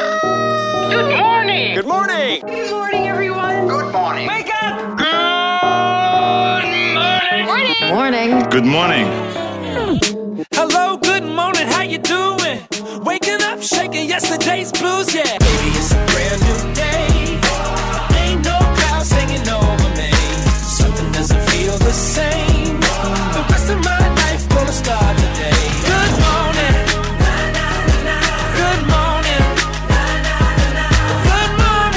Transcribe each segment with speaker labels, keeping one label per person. Speaker 1: Good morning.
Speaker 2: Good morning.
Speaker 3: Good morning, everyone.
Speaker 1: Good morning.
Speaker 3: Wake up.
Speaker 1: Good morning.
Speaker 4: Morning.
Speaker 5: Good morning.
Speaker 6: Hello, good morning, how you doing? Waking up, shaking yesterday's blues, yeah. Baby, it's a brand new day. Ain't no clouds hanging over me. Something doesn't feel the same. The rest of my life gonna start today. Good morning. Good morning. Good morning.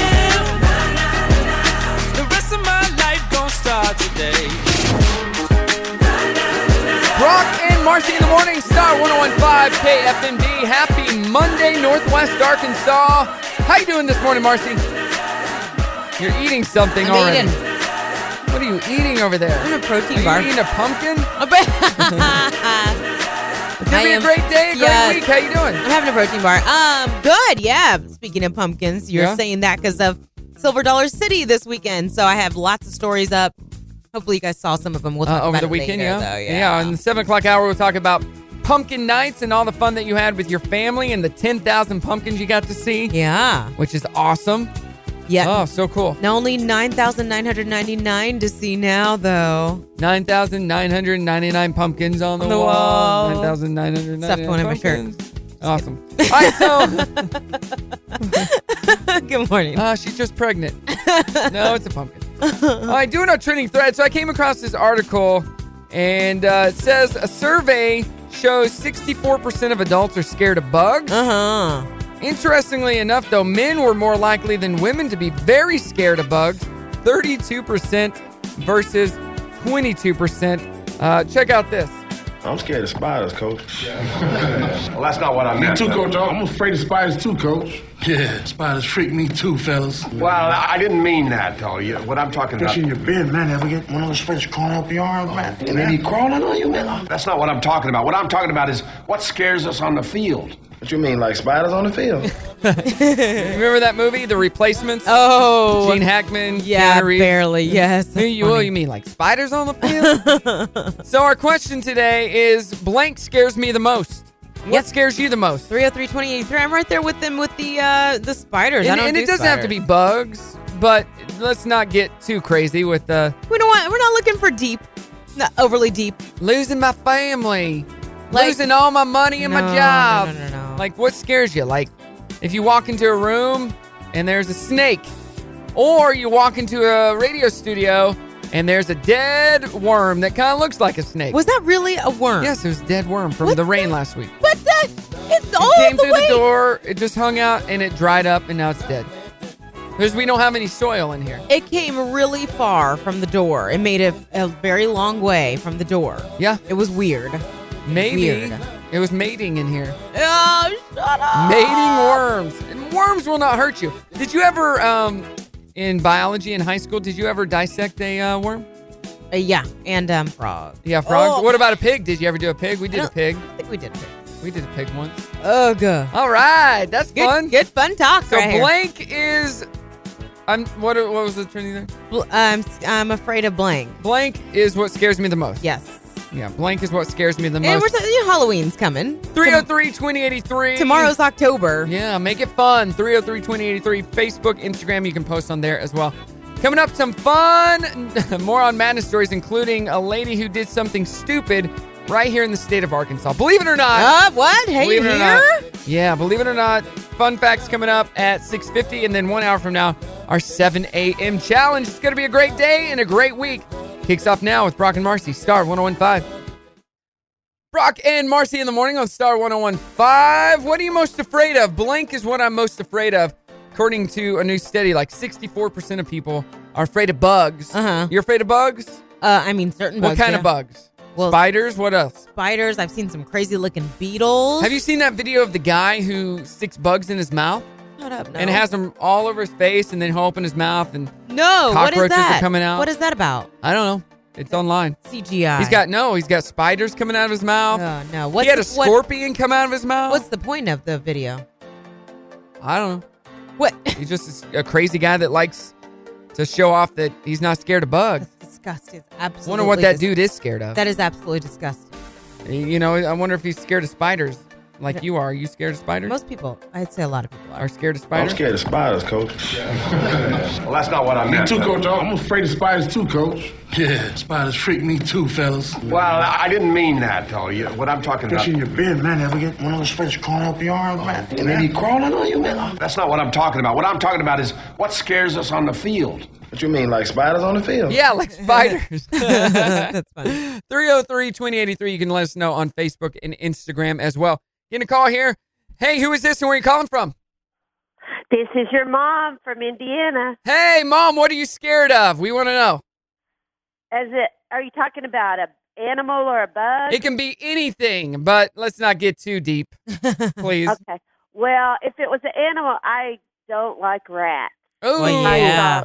Speaker 6: The rest of my life gonna start today.
Speaker 7: Brock and Marcy in the morning, Star 101.5 KFMD. Happy Monday, Northwest Arkansas. How you doing this morning, Marcy? You're eating something
Speaker 8: I'm
Speaker 7: already.
Speaker 8: eating.
Speaker 7: What are you eating over there?
Speaker 8: I'm in a protein
Speaker 7: Are
Speaker 8: bar.
Speaker 7: you eating a pumpkin?
Speaker 8: I'm
Speaker 7: It's gonna
Speaker 8: I
Speaker 7: be a
Speaker 8: am-
Speaker 7: great day, a great
Speaker 8: yes.
Speaker 7: week. How you doing?
Speaker 8: having a protein bar. Um, good. Yeah. Speaking of pumpkins, you're
Speaker 7: Yeah.
Speaker 8: saying that because of Silver Dollar City this weekend. So I have lots of stories up. Hopefully, you guys saw some of them. We'll talk
Speaker 7: Uh, over
Speaker 8: about
Speaker 7: the
Speaker 8: it
Speaker 7: weekend, yeah.
Speaker 8: later, though.
Speaker 7: yeah. In the seven o'clock hour, we'll talk about pumpkin nights and all the fun that you had with your family and the ten thousand pumpkins you got to see,
Speaker 8: Yeah.
Speaker 7: which is awesome.
Speaker 8: Yeah.
Speaker 7: Oh, so cool.
Speaker 8: Now only nine thousand nine hundred ninety nine to see now, though.
Speaker 7: Nine thousand nine hundred ninety-nine pumpkins on the,
Speaker 8: On the
Speaker 7: wall.
Speaker 8: wall.
Speaker 7: Nine thousand nine hundred
Speaker 8: Stuffed
Speaker 7: ninety-nine
Speaker 8: one in my shirt.
Speaker 7: pumpkins. Awesome. All right, so
Speaker 8: good morning.
Speaker 7: uh, she's just pregnant. No, it's a pumpkin. All right, doing our trending thread. So I came across this article, and uh, it says a survey shows sixty-four percent of adults are scared of bugs.
Speaker 8: Uh huh.
Speaker 7: Interestingly enough, though, men were more likely than women to be very scared of bugs 32% versus 22%. Uh, check out this.
Speaker 9: I'm scared of spiders, coach.
Speaker 10: Well, that's not what I meant.
Speaker 9: too, coach.
Speaker 10: I'm afraid of spiders too, coach.
Speaker 9: Yeah, spiders freak me too, fellas.
Speaker 10: Well, I didn't mean that, though. You- What I'm talking about.
Speaker 9: Pushing your bed, man. Ever get one of those fish crawling up your arm, man? And then he crawling on you, man.
Speaker 10: That's not what I'm talking about. What I'm talking about is what scares us on the field.
Speaker 9: What you mean, like spiders on the field?
Speaker 7: Remember that movie, The Replacements?
Speaker 8: Oh.
Speaker 7: Gene Hackman,
Speaker 8: yeah.
Speaker 7: Keanu Reeves.
Speaker 8: Barely. Yes.
Speaker 7: Who you, well, you mean like spiders on the field? so our question today is: blank scares me the most. What
Speaker 8: Yep.
Speaker 7: scares you the most?
Speaker 8: Three hundred three twenty eight. I'm right there with them with the uh the spiders. I
Speaker 7: And,
Speaker 8: don't
Speaker 7: and
Speaker 8: do
Speaker 7: it doesn't have to
Speaker 8: spiders.
Speaker 7: be bugs, but let's not get too crazy with the
Speaker 8: We don't want. We're not looking for deep, not overly deep.
Speaker 7: losing my family,
Speaker 8: Like-
Speaker 7: losing all my money and
Speaker 8: No,
Speaker 7: my
Speaker 8: no,
Speaker 7: job.
Speaker 8: no, no, no.
Speaker 7: Like, what scares you? Like, if you walk into a room and there's a snake, or you walk into a radio studio and there's a dead worm that kind of looks like a snake.
Speaker 8: Was that really a worm?
Speaker 7: yes, it was a dead worm from
Speaker 8: What
Speaker 7: the rain
Speaker 8: the-
Speaker 7: last week.
Speaker 8: But that it's all
Speaker 7: it came
Speaker 8: the
Speaker 7: through
Speaker 8: way.
Speaker 7: the door, it just hung out, and it dried up, and now it's dead. There's, we don't have any soil in here.
Speaker 8: It came really far from the door. It made a, a very long way from the door.
Speaker 7: Yeah,
Speaker 8: It was weird.
Speaker 7: maybe
Speaker 8: Weird.
Speaker 7: it was mating in here.
Speaker 8: Oh, shut up.
Speaker 7: Mating worms. And worms will not hurt you. Did you ever, um, in biology in high school, did you ever dissect a uh, worm?
Speaker 8: Uh, yeah, and um, frogs.
Speaker 7: Yeah, frogs.
Speaker 8: Oh.
Speaker 7: What about a pig? Did you ever do a pig? We did
Speaker 8: I
Speaker 7: a
Speaker 8: don't-
Speaker 7: pig.
Speaker 8: I think we did.
Speaker 7: We did a pig once.
Speaker 8: Oh, good.
Speaker 7: All right, that's
Speaker 8: Good,
Speaker 7: fun.
Speaker 8: good fun talk
Speaker 7: So
Speaker 8: right here.
Speaker 7: blank is, I'm what? What was the trending there?
Speaker 8: Bl- I'm, I'm afraid of blank.
Speaker 7: Blank is what scares me the most.
Speaker 8: Yes.
Speaker 7: yeah. Blank is what scares me the
Speaker 8: And we're
Speaker 7: most.
Speaker 8: talking, you know, Halloween's coming.
Speaker 7: 303-2083.
Speaker 8: Tomorrow's October.
Speaker 7: Yeah, make it fun. 303-2083. Facebook, Instagram, you can post on there as well. Coming up, some fun, more on madness stories, including a lady who did something stupid right here in the state of Arkansas. Believe it or not.
Speaker 8: Uh, what? Hey,
Speaker 7: believe
Speaker 8: you
Speaker 7: it or
Speaker 8: here?
Speaker 7: not. Yeah, believe it or not. Fun facts coming up at 6.50, and then one hour from now, our 7 a.m. challenge. It's going to be a great day and a great week. Kicks off now with Brock and Marcy, Star 1015. Brock and Marcy in the morning on Star 1015. What are you most afraid of? Blank is what I'm most afraid of. According to a new study, like 64% of people are afraid of bugs.
Speaker 8: Uh-huh.
Speaker 7: You're afraid of bugs?
Speaker 8: Uh, I mean, certain
Speaker 7: what
Speaker 8: bugs,
Speaker 7: kind
Speaker 8: yeah.
Speaker 7: of bugs?
Speaker 8: Well-
Speaker 7: Spiders? What else?
Speaker 8: Spiders. I've seen some crazy looking beetles.
Speaker 7: Have you seen that video of the guy who sticks bugs in his mouth
Speaker 8: Shut up, no.
Speaker 7: and has them all over his face and then he'll open his mouth and
Speaker 8: no. What
Speaker 7: cockroaches are
Speaker 8: is that?
Speaker 7: coming out?
Speaker 8: What is that about?
Speaker 7: I don't know. It's online.
Speaker 8: CGI.
Speaker 7: He's got no, he's got spiders coming out of his mouth.
Speaker 8: Oh no! What's
Speaker 7: he had a
Speaker 8: the- what-
Speaker 7: scorpion come out of his mouth.
Speaker 8: what's the point of the video?
Speaker 7: I don't know.
Speaker 8: What?
Speaker 7: He's just is a crazy guy that likes to show off that he's not scared of bugs.
Speaker 8: That's disgusting. It's absolutely.
Speaker 7: Wonder what that
Speaker 8: dis-
Speaker 7: dude is scared of.
Speaker 8: That is absolutely disgusting.
Speaker 7: You know, I wonder if he's scared of spiders. like you are. Are you scared of spiders?
Speaker 8: Most people, I'd say a lot of people
Speaker 7: are
Speaker 8: are.
Speaker 7: scared of
Speaker 1: I'm
Speaker 7: spiders?
Speaker 1: scared of spiders, coach.
Speaker 10: Well, that's not what I
Speaker 1: Me
Speaker 10: meant.
Speaker 1: too,
Speaker 10: though.
Speaker 1: coach. I'm afraid of spiders too, coach.
Speaker 9: Yeah, spiders freak me too, fellas.
Speaker 10: Well, I didn't mean that, though. You, what I'm talking about.
Speaker 9: Especially in your bed, man. Ever get one of those spiders crawling up your arm, man? And they be crawling on you, man.
Speaker 10: That's not what I'm talking about. What I'm talking about is what scares us on the field.
Speaker 1: What you mean, like spiders on the field?
Speaker 7: Yeah, like spiders.
Speaker 8: That's funny.
Speaker 7: 303 2083. You can let us know on Facebook and Instagram as well. Getting a call here. Hey, who is this and where are you calling from?
Speaker 2: This is your mom from Indiana.
Speaker 7: Hey, mom, what are you scared of? We want to know.
Speaker 2: As it, are you talking about a animal or a bug?
Speaker 7: It can be anything, but let's not get too deep, please.
Speaker 2: okay. Well, if it was an animal, I don't like rats.
Speaker 7: Oh,
Speaker 8: Well, yeah.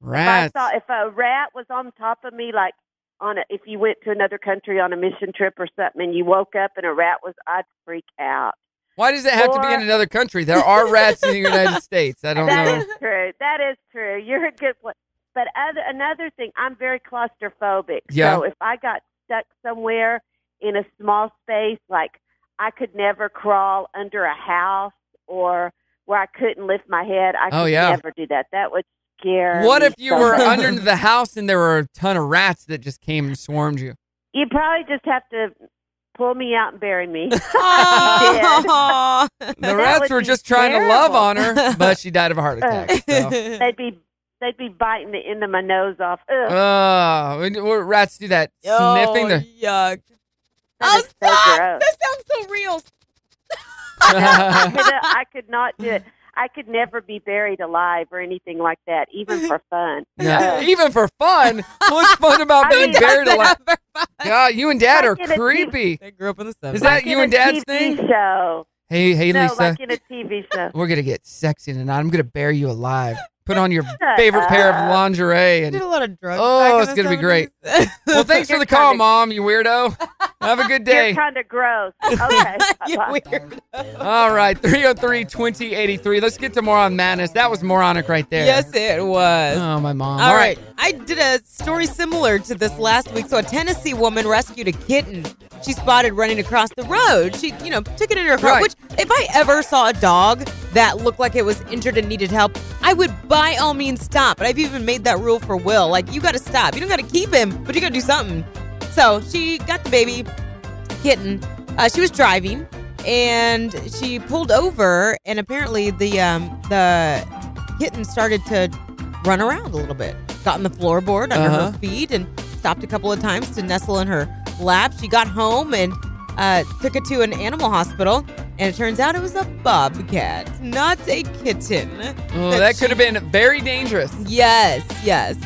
Speaker 7: rats.
Speaker 2: If I saw if a rat was on top of me, like on a, if you went to another country on a mission trip or something, and you woke up and a rat was, I'd freak out.
Speaker 7: Why does it have to be
Speaker 2: Or-
Speaker 7: in another country? There are rats in the United States. I don't
Speaker 2: That
Speaker 7: know.
Speaker 2: is true. That is true. You're a good one. But other, another thing, I'm very claustrophobic.
Speaker 7: Yeah.
Speaker 2: So if I got stuck somewhere in a small space, like I could never crawl under a house or where I couldn't lift my head, I
Speaker 7: Oh,
Speaker 2: could
Speaker 7: yeah.
Speaker 2: never do that. That would scare.
Speaker 7: What
Speaker 2: me
Speaker 7: if you
Speaker 2: so
Speaker 7: were
Speaker 2: much.
Speaker 7: under the house and there were a ton of rats that just came and swarmed you?
Speaker 2: You probably just have to pull me out and bury me.
Speaker 8: Aw.
Speaker 7: The
Speaker 2: That
Speaker 7: rats
Speaker 2: would
Speaker 7: were
Speaker 2: be
Speaker 7: just trying to love
Speaker 2: terrible.
Speaker 7: on her, but she died of a heart attack. So.
Speaker 2: they'd be they'd be biting the end of my nose off. Ugh,
Speaker 7: Oh, when- when rats do that sniffing.
Speaker 8: Oh,
Speaker 7: The,
Speaker 8: yuck.
Speaker 2: that
Speaker 8: Oh,
Speaker 2: is so
Speaker 8: stop.
Speaker 2: gross.
Speaker 8: That sounds so real.
Speaker 2: I could- I could not do it. I could never be buried alive or anything like that, even for fun.
Speaker 7: No, even for fun, what's fun about
Speaker 2: I
Speaker 7: being
Speaker 2: mean-
Speaker 7: buried alive?
Speaker 8: They
Speaker 7: God, you and Dad
Speaker 2: Like
Speaker 7: are
Speaker 2: in a deep-
Speaker 7: creepy.
Speaker 8: grew up in the 70s.
Speaker 7: Is that
Speaker 2: Like
Speaker 7: you
Speaker 2: in
Speaker 7: and
Speaker 2: a
Speaker 7: Dad's
Speaker 2: TV
Speaker 7: thing?
Speaker 2: Show.
Speaker 7: Hey, hey,
Speaker 2: no,
Speaker 7: Lisa.
Speaker 2: like in a TV show.
Speaker 7: We're gonna get sexy tonight. I'm gonna bury you alive. Put on your
Speaker 2: Shut
Speaker 7: favorite pair of
Speaker 2: up.
Speaker 7: lingerie and
Speaker 8: did a lot of drugs.
Speaker 7: Oh,
Speaker 8: back in
Speaker 7: it's
Speaker 8: the
Speaker 7: gonna be great.
Speaker 8: 70s.
Speaker 7: Well, thanks for
Speaker 2: You're
Speaker 7: the call,
Speaker 2: kinda-
Speaker 7: Mom, you weirdo. Have a good day.
Speaker 2: You're kind of gross. Okay.
Speaker 8: You
Speaker 2: Bye-bye.
Speaker 8: weirdo.
Speaker 7: All right, 303 2083. Let's get to Moron Madness. That was moronic right there.
Speaker 8: Yes, it was.
Speaker 7: Oh, my mom.
Speaker 8: All right. I did a story similar to this last week. So a Tennessee woman rescued a kitten she spotted running across the road. She, you know, took it in her car.
Speaker 7: Right.
Speaker 8: Which, if I ever saw a dog that looked like it was injured and needed help, I would by all means stop. And I've even made that rule for Will. Like, you got to stop. You don't got to keep him, but you got to do something. So she got the baby kitten. Uh, she was driving and she pulled over, and apparently the um, the kitten started to run around a little bit. Got on the floorboard under
Speaker 7: Uh-huh.
Speaker 8: her feet and stopped a couple of times to nestle in her lap. She got home and uh, took it to an animal hospital, and it turns out it was a bobcat, not a kitten.
Speaker 7: Oh, that
Speaker 8: she-
Speaker 7: could have been very dangerous.
Speaker 8: Yes, yes.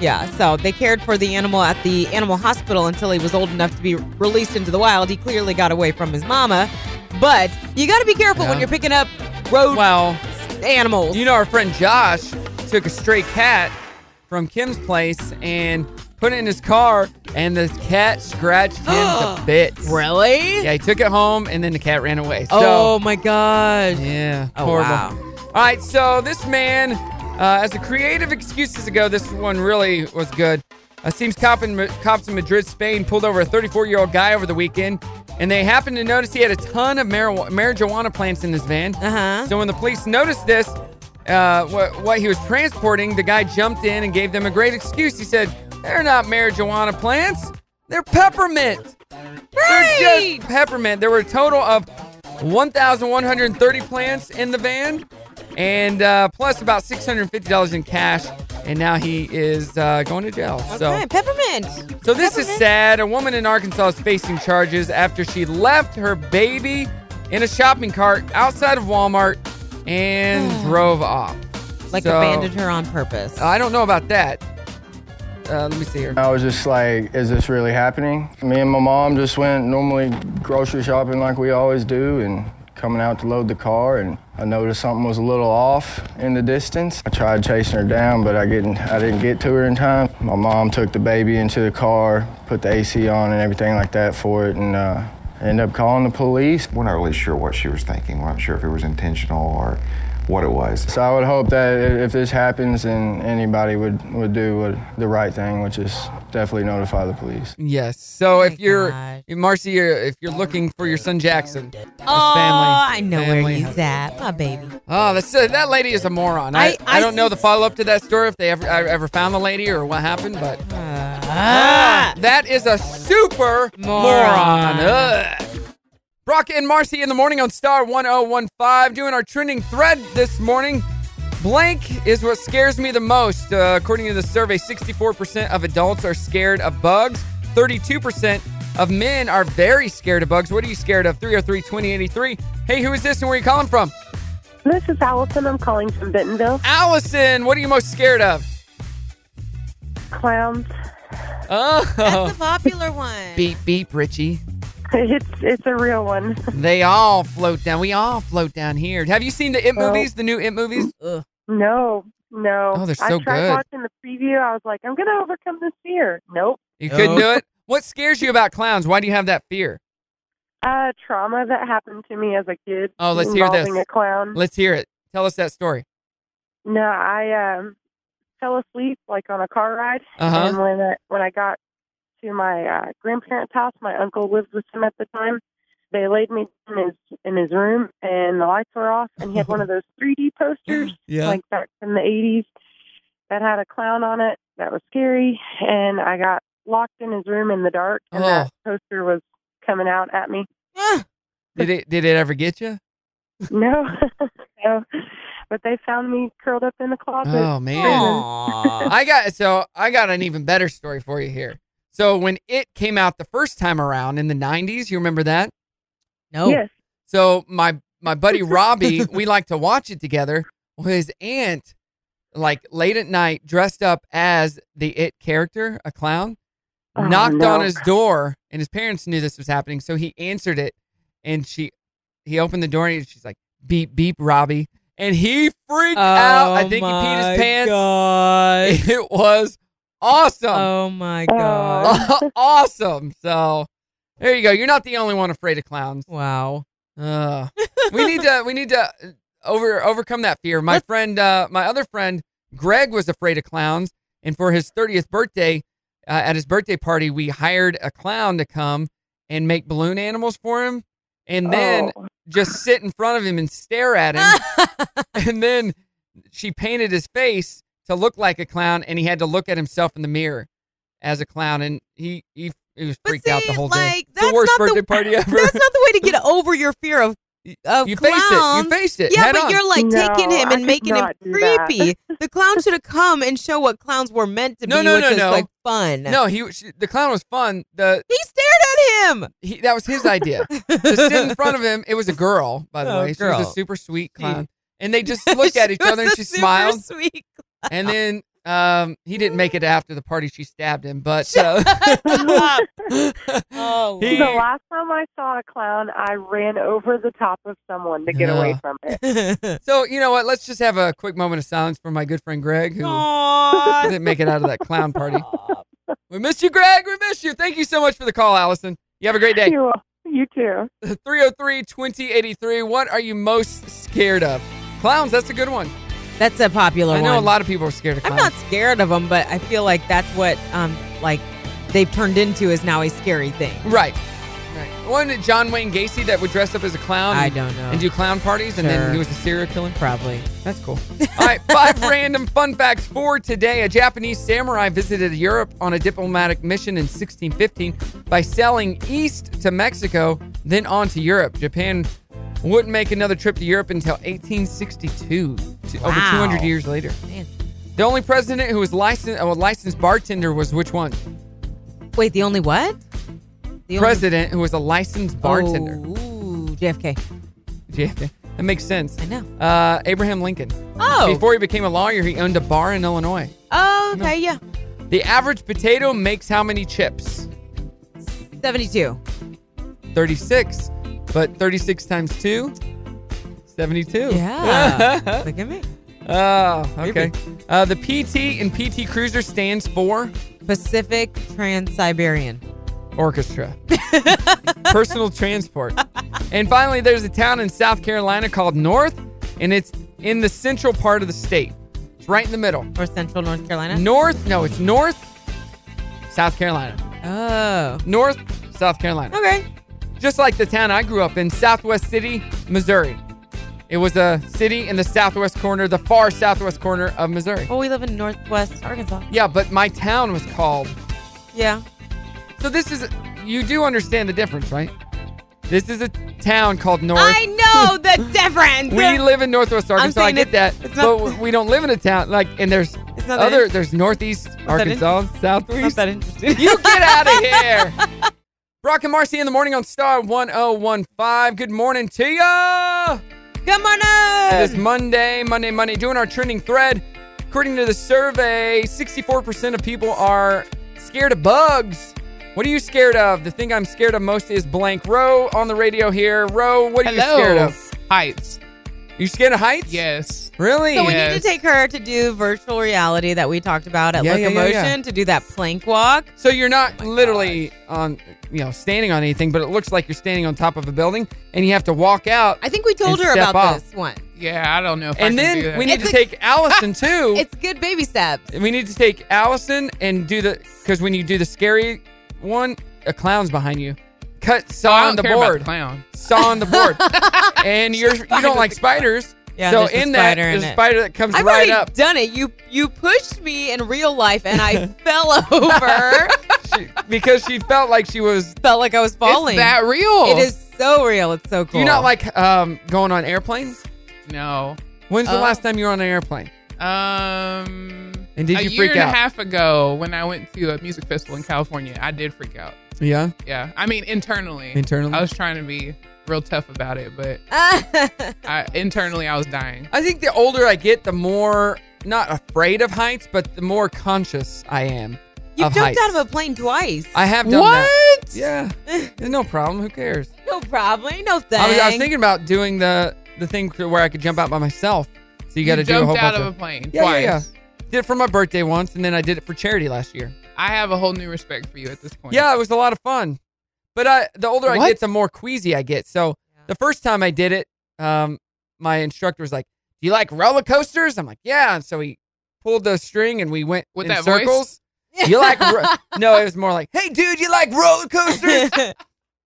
Speaker 8: Yeah, so they cared for the animal at the animal hospital until he was old enough to be released into the wild. He clearly got away from his mama. But you got to be careful when
Speaker 7: Yeah.
Speaker 8: you're picking up road
Speaker 7: Well,
Speaker 8: animals.
Speaker 7: you know, our friend Josh took a stray cat from Kim's place and put it in his car, and the cat scratched him to bits.
Speaker 8: really?
Speaker 7: Yeah, he took it home, and then the cat ran away. So,
Speaker 8: oh my gosh.
Speaker 7: Yeah.
Speaker 8: Oh,
Speaker 7: horrible.
Speaker 8: wow.
Speaker 7: All right, so this man, uh, as a creative excuses ago, this one really was good. Uh, seems cop in, cops in Madrid, Spain pulled over a 34 year old guy over the weekend, and they happened to notice he had a ton of marijuana, marijuana plants in his van.
Speaker 8: Uh-huh.
Speaker 7: So when the police noticed this, uh, what, what he was transporting, the guy jumped in and gave them a great excuse. He said, They're not marijuana plants, they're peppermint. They're just peppermint. There were a total of 1,130 plants in the van, and uh, plus about $650 in cash. And now he is uh, going to jail.
Speaker 8: Okay,
Speaker 7: So,
Speaker 8: peppermint.
Speaker 7: so this is
Speaker 8: Peppermint.
Speaker 7: sad. A woman in Arkansas is facing charges after she left her baby in a shopping cart outside of Walmart and drove off.
Speaker 8: Like
Speaker 7: So-
Speaker 8: abandoned her on purpose.
Speaker 7: I don't know about that. Uh, let me see here.
Speaker 3: I was just like, is this really happening? Me and my mom just went normally grocery shopping like we always do and coming out to load the car and I noticed something was a little off in the distance. I tried chasing her down, but I didn't I didn't get to her in time. My mom took the baby into the car, put the AC on and everything like that for it and uh ended up calling the police.
Speaker 4: We're not really sure what she was thinking. We're not sure if it was intentional or what it was.
Speaker 3: So I would hope that i- if this happens, then anybody would, would do what, the right thing, which is definitely notify the police.
Speaker 7: Yes. So if
Speaker 8: Oh my
Speaker 7: you're
Speaker 8: gosh.
Speaker 7: Marcy, you're, if you're looking for your son Jackson, his family.
Speaker 8: Oh, I know where
Speaker 7: family
Speaker 8: he's
Speaker 7: has-
Speaker 8: at. My baby.
Speaker 7: Oh, that's uh, that lady is a moron. I, I,
Speaker 8: I- I
Speaker 7: don't know
Speaker 8: see-
Speaker 7: the follow up to that story if they ever I ever found the lady or what happened, but
Speaker 8: Ah.
Speaker 7: that is a super moron.
Speaker 8: Moron.
Speaker 7: Ugh. Brock and Marcy in the morning on Star 1015 doing our trending thread this morning. Blank is what scares me the most. Uh, according to the survey, 64% of adults are scared of bugs. 32% of men are very scared of bugs. What are you scared of? 303 2083. Hey, who is this and where are you calling from?
Speaker 5: This is Allison. I'm calling from Bentonville.
Speaker 7: Allison, what are you most scared of?
Speaker 5: Clowns.
Speaker 8: That's
Speaker 7: Oh,
Speaker 8: the popular one.
Speaker 7: beep, beep, Richie.
Speaker 5: It's it's a real one.
Speaker 7: They all float down. We all float down here. Have you seen the It
Speaker 5: Oh.
Speaker 7: movies, the new It movies?
Speaker 5: No, no.
Speaker 7: Oh, they're
Speaker 5: I
Speaker 7: so
Speaker 5: tried
Speaker 7: good.
Speaker 5: watching the preview. I was like, I'm gonna overcome this fear. Nope.
Speaker 7: You couldn't do it? What scares you about clowns? Why do you have that fear?
Speaker 5: Uh, trauma that happened to me as a kid.
Speaker 7: Oh, let's hear this.
Speaker 5: involving a clown.
Speaker 7: Let's hear it. Tell us that story.
Speaker 5: No, I um fell asleep like on a car ride,
Speaker 7: Uh-huh.
Speaker 5: and when I, when I got to my uh, grandparents' house, my uncle lived with him at the time. They laid me in his in his room, and the lights were off, and he had one of those 3D posters,
Speaker 7: Yeah.
Speaker 5: like back from the 80s, that had a clown on it. That was scary, and I got locked in his room in the dark, and
Speaker 7: Oh.
Speaker 5: that poster was coming out at me.
Speaker 8: Ah.
Speaker 7: Did it did it ever get you?
Speaker 5: No, no, but they found me curled up in the closet.
Speaker 7: Oh man.
Speaker 8: Aw.
Speaker 7: I got so I got an even better story for you here. So when it came out the first time around in the 90s, you remember that?
Speaker 8: no.
Speaker 5: Yes.
Speaker 7: So my my buddy Robbie, we like to watch it together. Well, his aunt, like late at night, dressed up as the it character, a clown,
Speaker 5: Oh,
Speaker 7: knocked on
Speaker 5: no.
Speaker 7: his door, and his parents knew this was happening, so he answered it, and she, he opened the door, and she's like, "Beep beep, Robbie," and he freaked out.
Speaker 5: Oh
Speaker 7: I think he peed
Speaker 8: Oh
Speaker 7: his pants.
Speaker 8: God.
Speaker 7: It was awesome,
Speaker 8: Oh my god.
Speaker 5: Oh.
Speaker 7: awesome. So there you go. You're not the only one afraid of clowns.
Speaker 8: Wow.
Speaker 7: Uh, we need to we need to uh, over overcome that fear. My friend, uh, my other friend, Greg was afraid of clowns, and for his thirtieth birthday, uh, at his birthday party, we hired a clown to come and make balloon animals for him, and then
Speaker 5: Oh.
Speaker 7: just sit in front of him and stare at him. and then she painted his face to look like a clown, and he had to look at himself in the mirror as a clown, and he he, he was
Speaker 8: But
Speaker 7: freaked out the
Speaker 8: see,
Speaker 7: whole day.
Speaker 8: like,
Speaker 7: It's
Speaker 8: that's
Speaker 7: the worst
Speaker 8: not
Speaker 7: birthday party ever.
Speaker 8: That's not the way to get over your fear of of
Speaker 7: You
Speaker 8: clowns.
Speaker 7: faced it. You faced it.
Speaker 8: Yeah,
Speaker 7: head
Speaker 8: but
Speaker 7: on.
Speaker 8: you're like
Speaker 5: No,
Speaker 8: taking him
Speaker 5: I
Speaker 8: and
Speaker 5: could
Speaker 8: making him
Speaker 5: not do that.
Speaker 8: creepy. the clown should have come and show what clowns were meant to
Speaker 7: No,
Speaker 8: be,
Speaker 7: no,
Speaker 8: which
Speaker 7: no,
Speaker 8: is
Speaker 7: no.
Speaker 8: like fun.
Speaker 7: no. He she, the clown was fun. The
Speaker 8: He stared at
Speaker 7: he, that was his idea to
Speaker 8: him.
Speaker 7: sit in front of him. It was a girl, by the
Speaker 8: Oh,
Speaker 7: way. She was a
Speaker 8: girl.
Speaker 7: super sweet clown, and they just looked at each
Speaker 8: was
Speaker 7: other and
Speaker 8: a
Speaker 7: she
Speaker 8: super
Speaker 7: smiled.
Speaker 8: Sweet.
Speaker 7: And then um, he didn't make it after the party. She stabbed him, but uh,
Speaker 8: oh,
Speaker 7: He-
Speaker 5: The last time I saw a clown, I ran over the top of someone to get
Speaker 7: Yeah.
Speaker 5: away from it.
Speaker 8: Lord.
Speaker 7: so you know what? Let's just have a quick moment of silence for my good friend Greg, who
Speaker 8: Aw.
Speaker 7: didn't make it out of that clown party. We missed you, Greg. We missed you. Thank you so much for the call, Allison. You have a great day.
Speaker 5: You, you too.
Speaker 7: 303 2083. What are you most scared of? Clowns, that's a good one.
Speaker 8: That's a popular
Speaker 7: I
Speaker 8: one.
Speaker 7: know a lot of people are scared of
Speaker 8: I'm
Speaker 7: clowns.
Speaker 8: not scared of them, but I feel like that's what um like they've turned into is now a scary thing.
Speaker 7: Right. Right. One John Wayne Gacy that would dress up as a clown
Speaker 8: I
Speaker 7: and-
Speaker 8: don't know.
Speaker 7: and do clown parties and then
Speaker 8: Sure.
Speaker 7: he was a serial killer.
Speaker 8: Probably.
Speaker 7: That's cool. All right, five random fun facts for today. A Japanese samurai visited Europe on a diplomatic mission in 1615 by sailing east to Mexico, then on to Europe. Japan wouldn't make another trip to Europe until 1862, t- over
Speaker 8: Wow.
Speaker 7: 200 years later.
Speaker 8: Man.
Speaker 7: The only president who was licensed, a licensed bartender was which one?
Speaker 8: Wait, the only what? The
Speaker 7: President who was a licensed bartender.
Speaker 8: Oh, ooh, JFK.
Speaker 7: Yeah, that makes sense.
Speaker 8: I know.
Speaker 7: Uh, Abraham Lincoln.
Speaker 8: Oh.
Speaker 7: Before he became a lawyer, he owned a bar in Illinois.
Speaker 8: oh, okay, yeah.
Speaker 7: The average potato makes how many chips?
Speaker 8: 72.
Speaker 7: 36. But 36 times 2? 72.
Speaker 8: Yeah. Look at me.
Speaker 7: oh, okay. Uh, the PT and PT Cruiser stands for
Speaker 8: Pacific Trans Siberian.
Speaker 7: orchestra, personal transport. And finally, there's a town in South Carolina called North, and it's in the central part of the state. It's right in the middle.
Speaker 8: or Central North Carolina.
Speaker 7: North, no, it's north, South Carolina.
Speaker 8: Oh,
Speaker 7: North, South Carolina.
Speaker 8: okay.
Speaker 7: Just like the town I grew up in, Southwest City, Missouri. It was a city in the southwest corner, the far southwest corner of Missouri.
Speaker 8: Well, we live in Northwest Arkansas.
Speaker 7: Yeah, but my town was called.
Speaker 8: Yeah.
Speaker 7: So this is, you do understand the difference, right? This is a town called North.
Speaker 8: I know the difference.
Speaker 7: we live in Northwest Arkansas. I
Speaker 8: saying
Speaker 7: get that,
Speaker 8: it's- it's
Speaker 7: but
Speaker 8: not-
Speaker 7: w- we don't live in a town like. And there's
Speaker 8: It's not that
Speaker 7: other.
Speaker 8: in-
Speaker 7: There's Northeast
Speaker 8: that
Speaker 7: Arkansas,
Speaker 8: Not
Speaker 7: Southwest.
Speaker 8: that interesting.
Speaker 7: You get out of here. Brock and Marcy in the morning on Star 1015. Good morning to ya.
Speaker 8: Come on
Speaker 7: This
Speaker 8: up.
Speaker 7: Monday, Monday, Monday, doing our trending thread. According to the survey, 64% of people are scared of bugs. What are you scared of? The thing I'm scared of most is blank. Row on the radio here. Row, what are you scared
Speaker 4: Hello.
Speaker 7: of?
Speaker 4: Heights.
Speaker 7: You scared of heights?
Speaker 4: Yes.
Speaker 7: Really?
Speaker 8: So we need to
Speaker 4: Yes.
Speaker 8: take her to do virtual reality that we talked about at
Speaker 7: Yeah, yeah, yeah,
Speaker 8: Locomotion
Speaker 7: yeah.
Speaker 8: to do that plank walk.
Speaker 7: So you're not
Speaker 4: Oh
Speaker 7: literally on, you know, standing on anything, but it looks like you're standing on top of a building, and you have to walk out.
Speaker 8: I think we told
Speaker 7: And
Speaker 8: her
Speaker 7: step
Speaker 8: about
Speaker 7: off.
Speaker 8: this one.
Speaker 4: Yeah, I don't know if I
Speaker 7: and
Speaker 4: can do
Speaker 7: then
Speaker 4: that.
Speaker 7: we need
Speaker 8: It's
Speaker 7: to
Speaker 8: a-
Speaker 7: take Allison too.
Speaker 8: It's good baby steps.
Speaker 7: we need to take Allison and do the because when you do the scary one, a clown's behind you. Cut
Speaker 4: Oh, I
Speaker 7: saw
Speaker 4: don't
Speaker 7: on the
Speaker 4: care about
Speaker 7: board.
Speaker 4: clown.
Speaker 7: saw on the board. and you're you don't like spiders.
Speaker 8: Yeah,
Speaker 7: so
Speaker 8: there's a
Speaker 7: in that
Speaker 8: spider in
Speaker 7: there's a
Speaker 8: it.
Speaker 7: spider that comes
Speaker 8: I've
Speaker 7: right
Speaker 8: already
Speaker 7: up.
Speaker 8: done it. You you pushed me in real life and I fell over.
Speaker 7: She- because she felt like she was
Speaker 8: Felt like I was falling.
Speaker 4: It's that real.
Speaker 8: It is so real. It's so
Speaker 7: do
Speaker 8: cool.
Speaker 7: you not like um, going on airplanes?
Speaker 4: No. Uh,
Speaker 7: When's the
Speaker 8: Oh.
Speaker 7: last time you were on an airplane?
Speaker 4: Um.
Speaker 7: And did
Speaker 4: a
Speaker 7: you
Speaker 4: year
Speaker 7: freak
Speaker 4: and
Speaker 7: out?
Speaker 4: a half ago when I went to a music festival in California, I did freak out.
Speaker 7: Yeah.
Speaker 4: Yeah. I mean, internally.
Speaker 7: Internally?
Speaker 4: I was trying to be real tough about it, but I, internally I was dying.
Speaker 7: I think the older I get, the more not afraid of heights, but the more conscious I am.
Speaker 8: you
Speaker 7: of heights.
Speaker 8: jumped out of a plane twice.
Speaker 7: I have done
Speaker 4: what?
Speaker 7: that. Yeah. There's no problem. Who cares?
Speaker 8: no problem. Ain't No thing.
Speaker 7: I was, I was thinking about doing the the thing where I could jump out by myself. So you got to
Speaker 4: You
Speaker 7: do a
Speaker 4: jumped
Speaker 7: whole
Speaker 4: out
Speaker 7: bunch
Speaker 4: of a
Speaker 7: of.
Speaker 4: plane
Speaker 7: Yeah, yeah,
Speaker 4: twice.
Speaker 7: yeah. Did it for my birthday once, and then I did it for charity last year.
Speaker 4: I have a whole new respect for you at this point.
Speaker 7: Yeah, it was a lot of fun. But I, the older I
Speaker 4: What?
Speaker 7: get, the more queasy I get. So the first time I did it, um, my instructor was like, "Do you like roller coasters?" I'm like, "Yeah." And so he pulled the string, and we went
Speaker 4: With
Speaker 7: in
Speaker 4: that voice?
Speaker 7: circles. You like? Ro- no, it was more like, "Hey, dude, you like roller coasters?"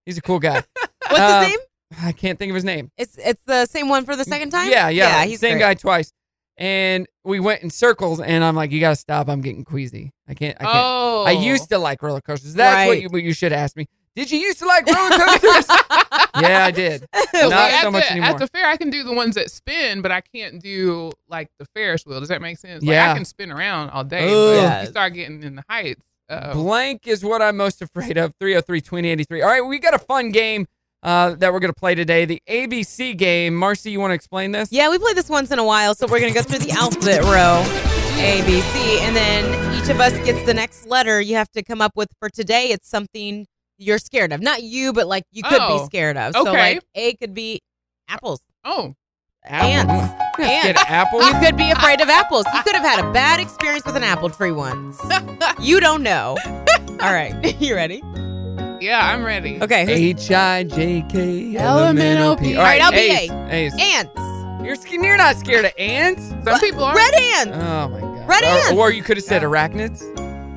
Speaker 7: He's a cool guy.
Speaker 8: What's
Speaker 7: Uh,
Speaker 8: his name?
Speaker 7: I can't think of his name.
Speaker 8: It's it's the same one for the second time.
Speaker 7: Yeah, yeah.
Speaker 8: he's
Speaker 7: same
Speaker 8: great.
Speaker 7: guy twice. And we went in circles, and I'm like, you gotta stop. I'm getting queasy. I can't. I can't.
Speaker 4: Oh.
Speaker 7: I used to like roller coasters. That's what
Speaker 8: Right.
Speaker 7: you, what you should ask me. Did you used to like roller coasters? yeah, I did.
Speaker 4: So,
Speaker 7: Not
Speaker 4: like, at
Speaker 7: so much
Speaker 4: the,
Speaker 7: anymore.
Speaker 4: At the fair, I can do the ones that spin, but I can't do like the Ferris wheel. Does that make sense? Like,
Speaker 7: Yeah.
Speaker 4: I can spin around all day.
Speaker 7: Ugh.
Speaker 4: But
Speaker 8: Yes.
Speaker 4: if you start getting in the heights. Uh,
Speaker 7: Blank is what I'm most afraid of. 303 2083. All right, we got a fun game uh, that we're gonna play today. The ABC game. Marcy, you want to explain this?
Speaker 8: Yeah, we play this once in a while, so we're gonna go through the alphabet row, A, B, C, and then each of us gets the next letter you have to come up with for today. It's something you're scared of, not you, but like you could be
Speaker 4: Oh,
Speaker 8: scared of. So
Speaker 4: okay.
Speaker 8: like A could be apples,
Speaker 4: oh,
Speaker 8: ants,
Speaker 7: Get
Speaker 8: ants.
Speaker 7: apple.
Speaker 8: You could be afraid of apples. You could have had a bad experience with an apple tree once. You don't know. All right, you ready?
Speaker 4: yeah, I'm ready.
Speaker 8: Okay, who's
Speaker 7: H I J K
Speaker 4: Elemental P.
Speaker 7: All right,
Speaker 8: All right, I'll be
Speaker 7: A's. A's.
Speaker 8: ants?
Speaker 7: You're, sc- you're not scared of ants.
Speaker 4: Some people are.
Speaker 8: Red ants.
Speaker 7: Oh my god.
Speaker 8: Red
Speaker 7: or,
Speaker 8: ants.
Speaker 7: Or you could have said arachnids.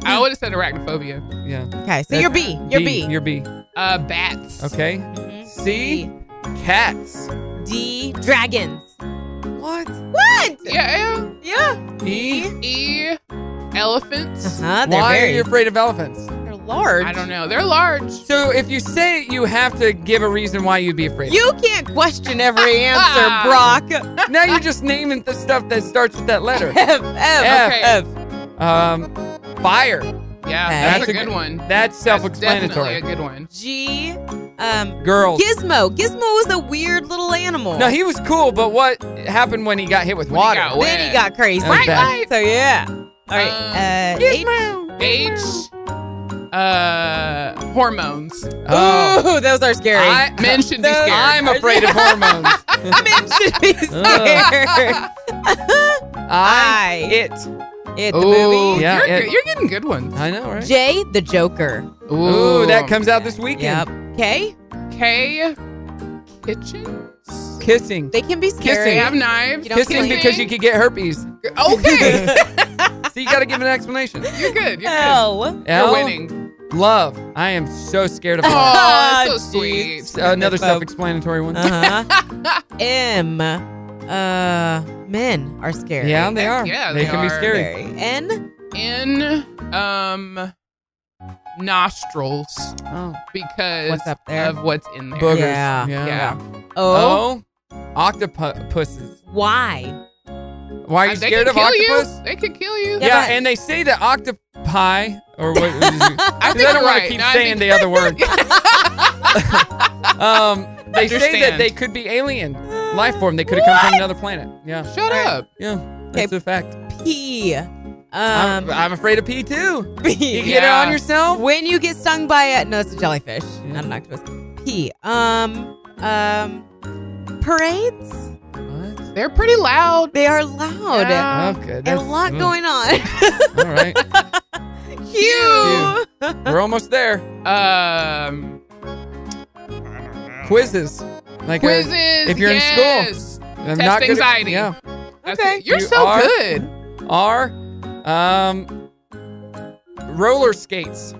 Speaker 4: I would have said arachnophobia.
Speaker 7: Yeah.
Speaker 8: Okay, so you're B. You're B.
Speaker 7: You're B.
Speaker 4: Uh, bats.
Speaker 7: Okay.
Speaker 8: Mhm.
Speaker 7: C. Cats.
Speaker 8: D. Dragons.
Speaker 7: What?
Speaker 8: What?
Speaker 4: Yeah.
Speaker 8: Yeah.
Speaker 7: E.
Speaker 4: yeah. E. Elephants.
Speaker 8: Uh-huh, they're
Speaker 7: Why
Speaker 8: very
Speaker 7: are you afraid of elephants?
Speaker 8: they're large.
Speaker 4: I don't know. They're large.
Speaker 7: So if you say it, you have to give a reason why you'd be afraid.
Speaker 8: You can't question every answer, Brock.
Speaker 7: now you're just naming the stuff that starts with that letter.
Speaker 8: F, F,
Speaker 7: Okay.
Speaker 8: F.
Speaker 7: Um, fire.
Speaker 4: Yeah,
Speaker 8: Okay.
Speaker 4: that's, a good one.
Speaker 7: That's
Speaker 4: That's
Speaker 7: self-explanatory.
Speaker 4: definitely a good one.
Speaker 8: G. Um,
Speaker 7: Girls.
Speaker 8: Gizmo. Gizmo was a weird little animal.
Speaker 7: No, he was cool, but what happened when he got hit with
Speaker 4: When he
Speaker 7: water?
Speaker 4: got
Speaker 8: then he
Speaker 4: wet.
Speaker 8: got crazy.
Speaker 7: That was bad.
Speaker 8: So yeah. All right.
Speaker 7: Um,
Speaker 8: uh,
Speaker 4: H. Uh, hormones.
Speaker 7: Oh.
Speaker 8: H- Ooh, those are scary.
Speaker 7: I,
Speaker 4: Men should be
Speaker 8: Those-
Speaker 4: scared.
Speaker 7: I'm afraid of hormones.
Speaker 8: Men should be scared.
Speaker 7: I,
Speaker 8: I.
Speaker 7: it.
Speaker 8: It the
Speaker 4: Ooh,
Speaker 8: movie.
Speaker 7: Yeah,
Speaker 4: you're,
Speaker 7: yeah.
Speaker 4: good- you're getting good ones.
Speaker 7: I know, right?
Speaker 8: J. The Joker.
Speaker 7: Ooh, that comes out this weekend.
Speaker 8: Yep. K.
Speaker 4: K. Kitchen.
Speaker 7: Kissing.
Speaker 8: They can be scary.
Speaker 4: Kissing. Have knives.
Speaker 8: You don't
Speaker 7: Kissing
Speaker 8: sleep.
Speaker 7: because you could get herpes.
Speaker 4: Okay.
Speaker 7: So you got to give an explanation.
Speaker 4: You're good. You're good.
Speaker 8: Oh.
Speaker 4: You're
Speaker 7: L,
Speaker 4: winning.
Speaker 7: Love. I am so scared of love.
Speaker 4: Oh,
Speaker 8: Ah,
Speaker 4: so
Speaker 8: geez.
Speaker 4: sweet.
Speaker 7: Another
Speaker 8: That's
Speaker 7: self
Speaker 8: a-
Speaker 7: explanatory one.
Speaker 8: Uh-huh. M. Uh, men are scary.
Speaker 7: Yeah, they
Speaker 4: That's-
Speaker 7: are.
Speaker 4: yeah,
Speaker 7: they,
Speaker 4: they
Speaker 7: can be
Speaker 4: are.
Speaker 7: scary.
Speaker 8: Scary. N.
Speaker 4: In um nostrils
Speaker 7: Oh.
Speaker 4: because
Speaker 8: What's up there?
Speaker 4: of what's in there.
Speaker 7: Boogers.
Speaker 8: Yeah.
Speaker 4: Yeah.
Speaker 8: O.
Speaker 7: Oh. Octopuses.
Speaker 8: Why?
Speaker 7: Why are you
Speaker 4: Uh, they can
Speaker 7: scared of
Speaker 4: kill
Speaker 7: octopus?
Speaker 4: You. They can kill you.
Speaker 7: Yeah,
Speaker 8: Yeah, but-
Speaker 7: and they say that octopi or what? I,
Speaker 4: think
Speaker 7: don't
Speaker 4: you're
Speaker 7: want to
Speaker 4: right.
Speaker 7: keep
Speaker 4: No, I
Speaker 7: saying
Speaker 4: think-
Speaker 7: the other word. um, they say that
Speaker 4: Understand.
Speaker 7: they could be alien life form. They could have come from another planet. Yeah,
Speaker 4: Shut up.
Speaker 7: yeah, that's a fact.
Speaker 8: P. Um.
Speaker 7: I'm, I'm afraid of pee too. Uh, You
Speaker 8: P.
Speaker 7: get it
Speaker 4: Yeah.
Speaker 7: on yourself.
Speaker 8: When you get stung by a no, that's a jellyfish,
Speaker 7: Yeah.
Speaker 8: not an octopus. P. Um. Um. Parades.
Speaker 7: What? Oh,
Speaker 4: They're pretty loud.
Speaker 8: They are loud.
Speaker 4: Yeah.
Speaker 7: Okay,
Speaker 8: And
Speaker 7: that's-
Speaker 8: a lot
Speaker 7: mm,
Speaker 8: going on.
Speaker 7: All right,
Speaker 8: Q.
Speaker 7: we're almost there.
Speaker 4: Um,
Speaker 7: Quizzes, like a-
Speaker 4: quizzes.
Speaker 7: if you're in school,
Speaker 4: yes.
Speaker 7: I'm
Speaker 4: test
Speaker 7: not good at-
Speaker 4: anxiety.
Speaker 7: yeah.
Speaker 4: That's
Speaker 8: Okay.
Speaker 4: it. You're
Speaker 7: You
Speaker 4: so
Speaker 7: are-
Speaker 4: good.
Speaker 7: are um roller skates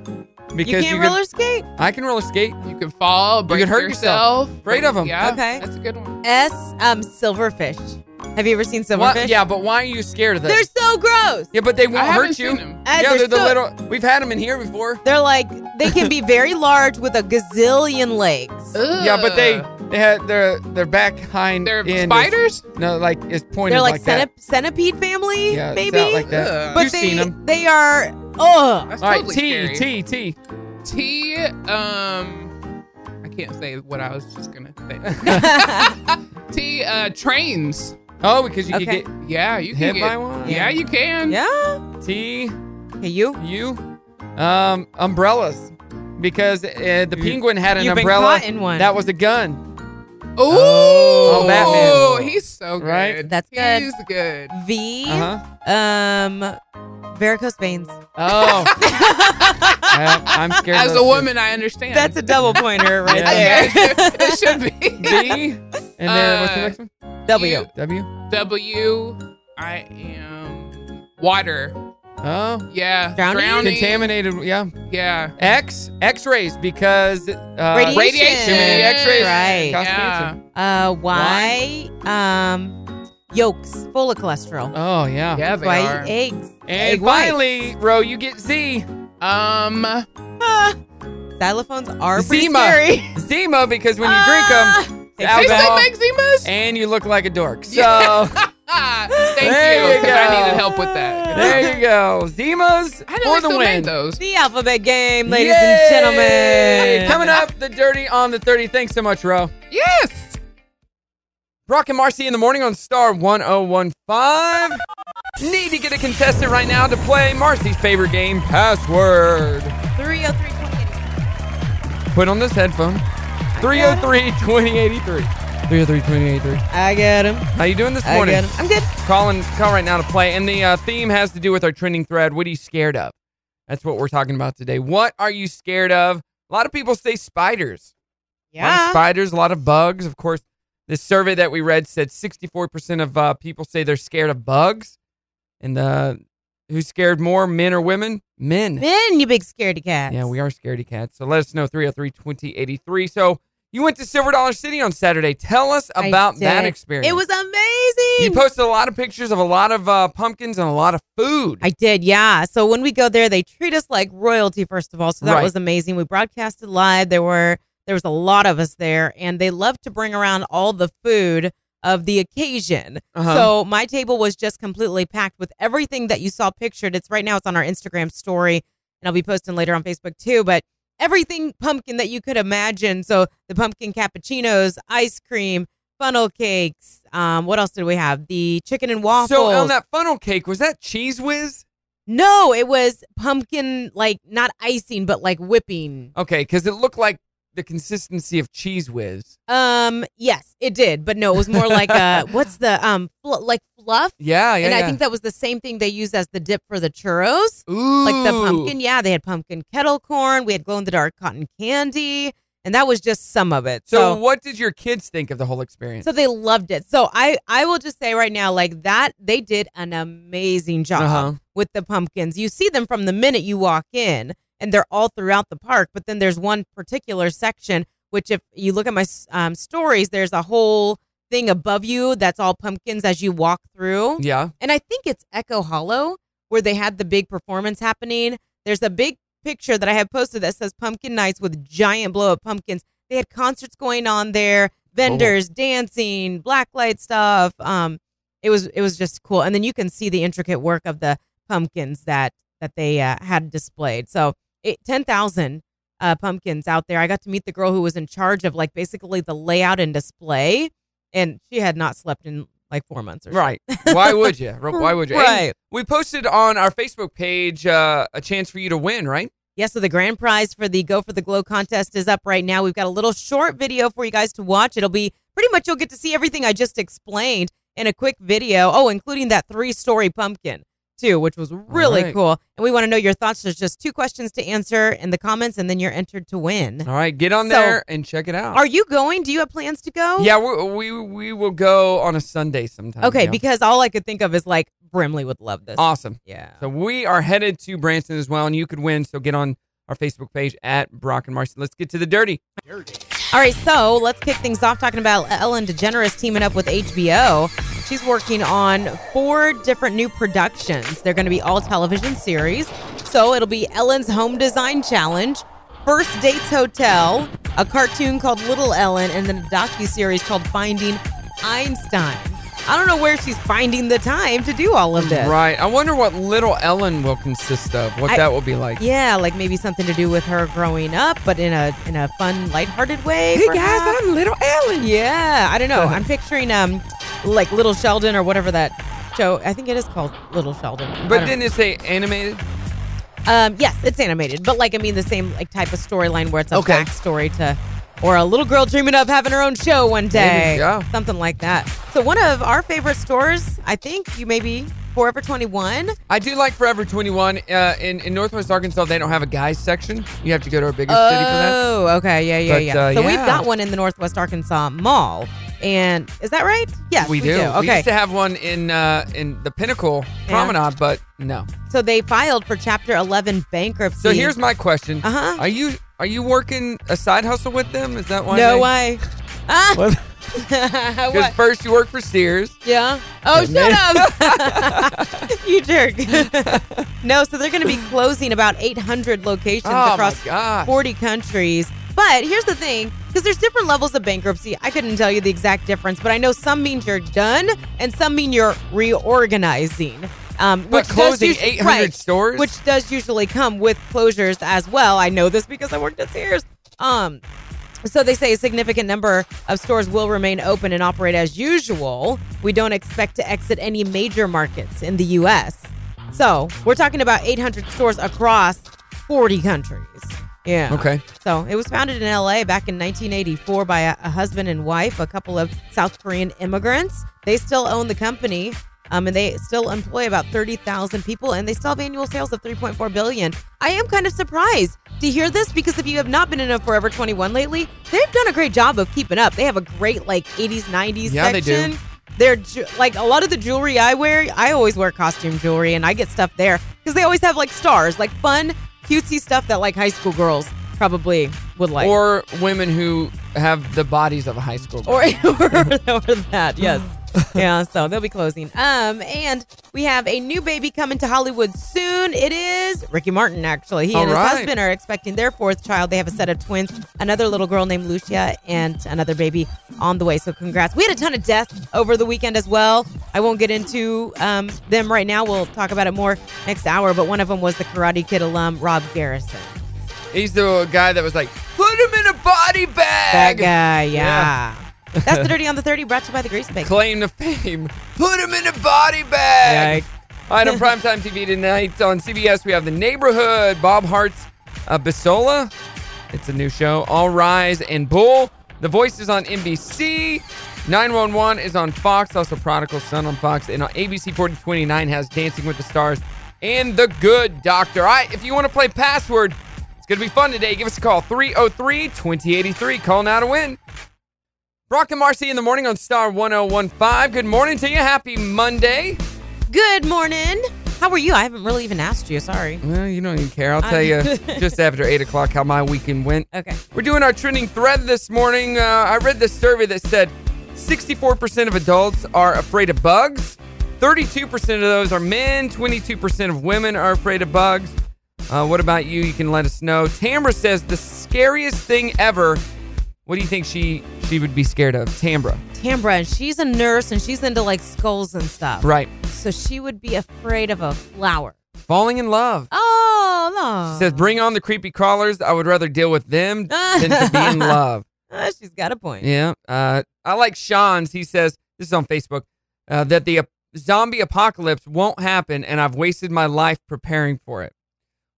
Speaker 7: because
Speaker 8: You can't
Speaker 7: can-
Speaker 8: roller skate.
Speaker 7: I can roller skate.
Speaker 4: You can fall, break
Speaker 7: could hurt yourself.
Speaker 4: yourself.
Speaker 7: Afraid of 'em.
Speaker 4: Yeah,
Speaker 8: Okay.
Speaker 4: That's a good one.
Speaker 8: S. Um. Silverfish. Have you ever seen
Speaker 7: Why-
Speaker 8: silverfish?
Speaker 7: yeah, but why are you scared of them?
Speaker 8: They're so gross.
Speaker 7: yeah, but they won't
Speaker 4: I haven't
Speaker 7: hurt you.
Speaker 4: seen 'em.
Speaker 8: Uh,
Speaker 7: yeah,
Speaker 8: they're
Speaker 7: they're, the
Speaker 8: so-
Speaker 7: little. We've had them in here before.
Speaker 8: They're like they can be very large with a gazillion legs.
Speaker 4: Ugh.
Speaker 7: Yeah, but they they had their their back hind.
Speaker 4: They're
Speaker 7: end is-
Speaker 4: spiders.
Speaker 7: no, like it's pointed.
Speaker 8: They're like,
Speaker 7: that.
Speaker 8: centip- centipede family,
Speaker 7: Yeah, it's
Speaker 8: maybe.
Speaker 7: out like that.
Speaker 4: Ugh.
Speaker 8: But
Speaker 7: You've
Speaker 8: they
Speaker 7: seen them.
Speaker 8: they are ugh.
Speaker 4: That's
Speaker 7: All right,
Speaker 4: totally
Speaker 7: T
Speaker 4: scary.
Speaker 7: T T.
Speaker 4: T. Um, I can't say what I was just gonna say. T. Uh, trains.
Speaker 7: Oh, because you could
Speaker 8: Okay.
Speaker 7: get
Speaker 4: Yeah, you
Speaker 7: hit
Speaker 4: can
Speaker 7: by
Speaker 4: get.
Speaker 7: one.
Speaker 4: Yeah, you can.
Speaker 8: yeah.
Speaker 7: T
Speaker 8: Hey, you.
Speaker 7: U. Um, umbrellas, because uh, the penguin had an
Speaker 8: You've been
Speaker 7: umbrella
Speaker 8: caught in one.
Speaker 7: that was a gun.
Speaker 4: Ooh, oh,
Speaker 7: Batman.
Speaker 4: he's so good.
Speaker 7: Right?
Speaker 8: That's good.
Speaker 4: He's good.
Speaker 8: V.
Speaker 7: Uh-huh.
Speaker 8: Um, varicose veins.
Speaker 7: Oh. Yeah, I'm scared.
Speaker 4: As
Speaker 7: of
Speaker 4: a
Speaker 7: those
Speaker 4: woman, I understand.
Speaker 8: That's a double pointer right
Speaker 7: Yeah.
Speaker 8: there.
Speaker 4: it should be.
Speaker 7: two. B. And then what's the
Speaker 4: Uh,
Speaker 7: next one?
Speaker 8: W.
Speaker 4: You-
Speaker 7: W.
Speaker 4: W. I am water.
Speaker 7: Oh.
Speaker 4: Yeah.
Speaker 8: Drowning?
Speaker 7: Contaminated. Yeah.
Speaker 4: Yeah.
Speaker 7: X. X-rays because uh,
Speaker 8: Radiation.
Speaker 7: Too many X-rays.
Speaker 8: Right.
Speaker 7: Cause
Speaker 4: Yeah.
Speaker 7: cancer.
Speaker 8: Uh, y. Um, yolks full of cholesterol.
Speaker 7: Oh yeah.
Speaker 4: Yeah,
Speaker 8: That's
Speaker 4: they
Speaker 8: why I
Speaker 4: are.
Speaker 8: eat eggs.
Speaker 7: And
Speaker 8: Egg whites.
Speaker 7: finally, Ro, you get Z.
Speaker 4: Um.
Speaker 8: Ah. xylophones are pretty
Speaker 7: Zima.
Speaker 8: scary.
Speaker 7: Zima because when you drink 'em drink them,
Speaker 8: they
Speaker 4: They still
Speaker 7: alcohol,
Speaker 4: make Zimas?
Speaker 7: and you look like a dork. So
Speaker 4: Yeah. Ah, thank
Speaker 7: There you
Speaker 4: you. 'cause I
Speaker 7: go.
Speaker 4: needed help with that.
Speaker 7: there you go. Zimas
Speaker 4: I
Speaker 7: for
Speaker 4: didn't
Speaker 7: the
Speaker 4: know
Speaker 7: win.
Speaker 4: made those.
Speaker 8: The alphabet game, ladies
Speaker 7: Yay!
Speaker 8: and gentlemen.
Speaker 7: Coming up, the dirty on the 30. Thanks so much, Ro.
Speaker 4: Yes.
Speaker 7: Brock and Marcy in the morning on Star 1015. Need to get a contestant right now to play Marcy's favorite game, Password.
Speaker 8: 303
Speaker 7: Put on this headphone. 303-2083. 303-2083.
Speaker 8: I got him.
Speaker 7: How you doing this
Speaker 8: I
Speaker 7: morning?
Speaker 8: got him. I'm good.
Speaker 7: Calling, call right now to play. And the uh, theme has to do with our trending thread. What are you scared of? That's what we're talking about today. What are you scared of? A lot of people say spiders. A lot of
Speaker 8: Yeah.
Speaker 7: spiders, a lot of bugs. Of course, this survey that we read said 64% of uh, people say they're scared of bugs. And uh, who's scared more, men or women? Men.
Speaker 8: Ben, you big scaredy cat.
Speaker 7: Yeah, we are scaredy cats. So let us know 303 2083. So you went to Silver Dollar City on Saturday. Tell us
Speaker 8: I
Speaker 7: about that
Speaker 8: did.
Speaker 7: experience.
Speaker 8: It was amazing.
Speaker 7: You posted a lot of pictures of a lot of uh, pumpkins and a lot of food.
Speaker 8: I did, yeah. So when we go there, they treat us like royalty first of all. So that
Speaker 7: Right.
Speaker 8: was amazing. We broadcasted live. There were there was a lot of us there, and they love to bring around all the food of the occasion.
Speaker 7: Uh-huh.
Speaker 8: So my table was just completely packed with everything that you saw pictured. It's right now. It's on our Instagram story, and I'll be posting later on Facebook too. But everything pumpkin that you could imagine. So the pumpkin cappuccinos, ice cream, funnel cakes. Um, what else did we have? The chicken and waffles.
Speaker 7: so on that funnel cake, was that cheese whiz?
Speaker 8: No, it was pumpkin, like not icing, but like whipping.
Speaker 7: Okay, because it looked like the consistency of cheese whiz.
Speaker 8: Um, yes, it did, but no, it was more like uh, what's the um, fl- like fluff?
Speaker 7: Yeah, yeah.
Speaker 8: and I
Speaker 7: yeah.
Speaker 8: think that was the same thing they used as the dip for the churros,
Speaker 7: Ooh.
Speaker 8: like the pumpkin. Yeah, they had pumpkin kettle corn. We had glow in the dark cotton candy, and And that was just some of it.
Speaker 7: So,
Speaker 8: So,
Speaker 7: what did your kids think of the whole experience?
Speaker 8: so they loved it. So I I will just say right now, like that, they did an amazing job
Speaker 7: Uh-huh.
Speaker 8: with the pumpkins. You see them from the minute you walk in, and they're all throughout the park. But then there's one particular section which, if you look at my um, stories, there's a whole thing above you that's all pumpkins as you walk through.
Speaker 7: yeah.
Speaker 8: And I think it's Echo Hollow where they had the big performance happening. There's a big picture that I have posted that says pumpkin nights with giant blow up pumpkins. They had concerts going on there, vendors dancing, black light stuff. Um, it was it was just cool. And then you can see the intricate work of the pumpkins that that they uh, had displayed. So it, ten thousand uh, pumpkins out there. I got to meet the girl who was in charge of like basically the layout and display, and she had not slept in like four months or so.
Speaker 7: Right. Why would you? Ro- Why would you? And
Speaker 8: Right.
Speaker 7: we posted on our Facebook page uh, a chance for you to win, right?
Speaker 8: Yes, so the grand prize for the Go for the Glow contest is up right now. We've got a little short video for you guys to watch. It'll be pretty much you'll get to see everything I just explained in a quick video. Oh, including that three story pumpkin, too, which was really
Speaker 7: right.
Speaker 8: cool. And we want to know your thoughts. There's just two questions to answer in the comments, and then you're entered to win.
Speaker 7: All right, get on
Speaker 8: So-
Speaker 7: there and check it out.
Speaker 8: Are you going? Do you have plans to go?
Speaker 7: yeah, we, we we will go on a Sunday sometime.
Speaker 8: Okay,
Speaker 7: yeah.
Speaker 8: because all I could think of is like Brimley would love this.
Speaker 7: awesome.
Speaker 8: Yeah.
Speaker 7: So we are headed to Branson as well, and you could win. So get on our Facebook page at Brock and Marcy. Let's get to the dirty.
Speaker 8: All right, so let's kick things off talking about Ellen DeGeneres teaming up with HBO. She's working on four different new productions. They're going to be all television series. So it'll be Ellen's Home Design Challenge, First Dates Hotel, a cartoon called Little Ellen, and then a docu series called Finding Einstein. I don't know where she's finding the time to do all of this.
Speaker 7: Right. I wonder what Little Ellen will consist of. What
Speaker 8: I-
Speaker 7: that will be like.
Speaker 8: Yeah, like maybe something to do with her growing up, but in a in a fun, lighthearted way. perhaps.
Speaker 7: I'm Little Ellen.
Speaker 8: Yeah, I don't know. I'm picturing um, like Little Sheldon or whatever that show. I think it is called Little Sheldon. I
Speaker 7: But
Speaker 8: don't
Speaker 7: didn't it say animated?
Speaker 8: know. um, yes, it's animated, but like I mean, the same like type of storyline where it's a
Speaker 7: Okay.
Speaker 8: backstory to, or a little girl dreaming of having her own show one day,
Speaker 7: yeah.
Speaker 8: something like that. So one of our favorite stores, I think you maybe Forever 21.
Speaker 7: I do like Forever 21. Uh, in, in Northwest Arkansas, they don't have a guys section. You have to go to a bigger city for that.
Speaker 8: Oh, okay, yeah, yeah,
Speaker 7: But,
Speaker 8: yeah.
Speaker 7: uh,
Speaker 8: so
Speaker 7: yeah.
Speaker 8: we've got one in the Northwest Arkansas Mall, and is that right? Yes,
Speaker 7: we, do. We
Speaker 8: Oh, Okay,
Speaker 7: used to have one in uh, in the Pinnacle Promenade, but no.
Speaker 8: so they filed for Chapter 11 bankruptcy.
Speaker 7: So here's my question:
Speaker 8: Uh-huh.
Speaker 7: Are you are you working a side hustle with them? Is that why?
Speaker 8: No
Speaker 7: they-
Speaker 8: way. Ah.
Speaker 7: What? Because
Speaker 8: What?
Speaker 7: first you work for Sears.
Speaker 8: Yeah. Oh, shut up. you jerk. no, so they're going to be closing about 800 locations
Speaker 7: Oh,
Speaker 8: across
Speaker 7: my gosh.
Speaker 8: 40 countries. But here's the thing because there's different levels of bankruptcy. I couldn't tell you the exact difference, but I know some means you're done and some mean you're reorganizing. Um,
Speaker 7: But
Speaker 8: does
Speaker 7: closing
Speaker 8: usu-
Speaker 7: 800
Speaker 8: right,
Speaker 7: stores?
Speaker 8: Which does usually come with closures as well. I know this because I worked at Sears. Um, so they say a significant number of stores will remain open and operate as usual. We don't expect to exit any major markets in the U.S. So we're talking about 800 stores across 40 countries. Yeah.
Speaker 7: Okay.
Speaker 8: So it was founded in L.A. back in 1984 by a, a husband and wife, a couple of South Korean immigrants. They still own the company, um, and they still employ about 30,000 people, and they still have annual sales of 3.4 billion. I am kind of surprised to hear this because if you have not been in a Forever 21 lately, they've done a great job of keeping up. They have a great like 80s, 90s
Speaker 7: Yeah, they do.
Speaker 8: section. They're ju- like a lot of the jewelry I wear. I always wear costume jewelry, and I get stuff there because they always have like stars, like fun, cutesy stuff that like high school girls probably would like.
Speaker 7: or women who have the bodies of a high school.
Speaker 8: or,
Speaker 7: girl.
Speaker 8: or that, yes. yeah, so they'll be closing. Um, and we have a new baby coming to Hollywood soon. It is Ricky Martin, actually. He
Speaker 7: All
Speaker 8: and
Speaker 7: right.
Speaker 8: his husband are expecting their fourth child. They have a set of twins, another little girl named Lucia, and another baby on the way. So congrats. We had a ton of deaths over the weekend as well. I won't get into um, them right now. We'll talk about it more next hour. But one of them was the Karate Kid alum, Rob Garrison.
Speaker 7: He's the guy that was like, put him in a body
Speaker 8: That
Speaker 7: bag.
Speaker 8: guy, yeah. That's the Dirty on the 30 brought to you by the Grease Bank.
Speaker 7: Claim to fame. Put him in a body bag.
Speaker 8: Yikes.
Speaker 7: All right, on primetime TV tonight on CBS, we have The Neighborhood, Bob Hart's uh, Bisola. It's a new show. All Rise and Bull. The Voice is on NBC. 911 is on Fox. Also, Prodigal Son on Fox. And on ABC 4029 has Dancing with the Stars and The Good Doctor. All right, if you want to play Password, going to be fun today. Give us a call 303 2083. Call now to win. Brock and Marcy in the morning on Star 1015. Good morning to you. Happy Monday.
Speaker 8: Good morning. How are you? I haven't really even asked you. Sorry.
Speaker 7: Well, you don't even care. I'll tell you just after 8 o'clock how my weekend went.
Speaker 8: Okay.
Speaker 7: We're doing our trending thread this morning. Uh, I read this survey that said 64% of adults are afraid of bugs. 32% of those are men. 22% of women are afraid of bugs. Uh, what about you? You can let us know. Tamra says the scariest thing ever. What do you think she she would be scared of? Tamra.
Speaker 8: Tambra, and she's a nurse and she's into like skulls and stuff.
Speaker 7: Right.
Speaker 8: So she would be afraid of a flower.
Speaker 7: Falling in love.
Speaker 8: Oh, no.
Speaker 7: She says, bring on the creepy crawlers. I would rather deal with them than to be in love.
Speaker 8: Ah, she's got a point.
Speaker 7: Yeah. Uh, I like Sean's. He says, this is on Facebook, uh, that the ap- zombie apocalypse won't happen and I've wasted my life preparing for it.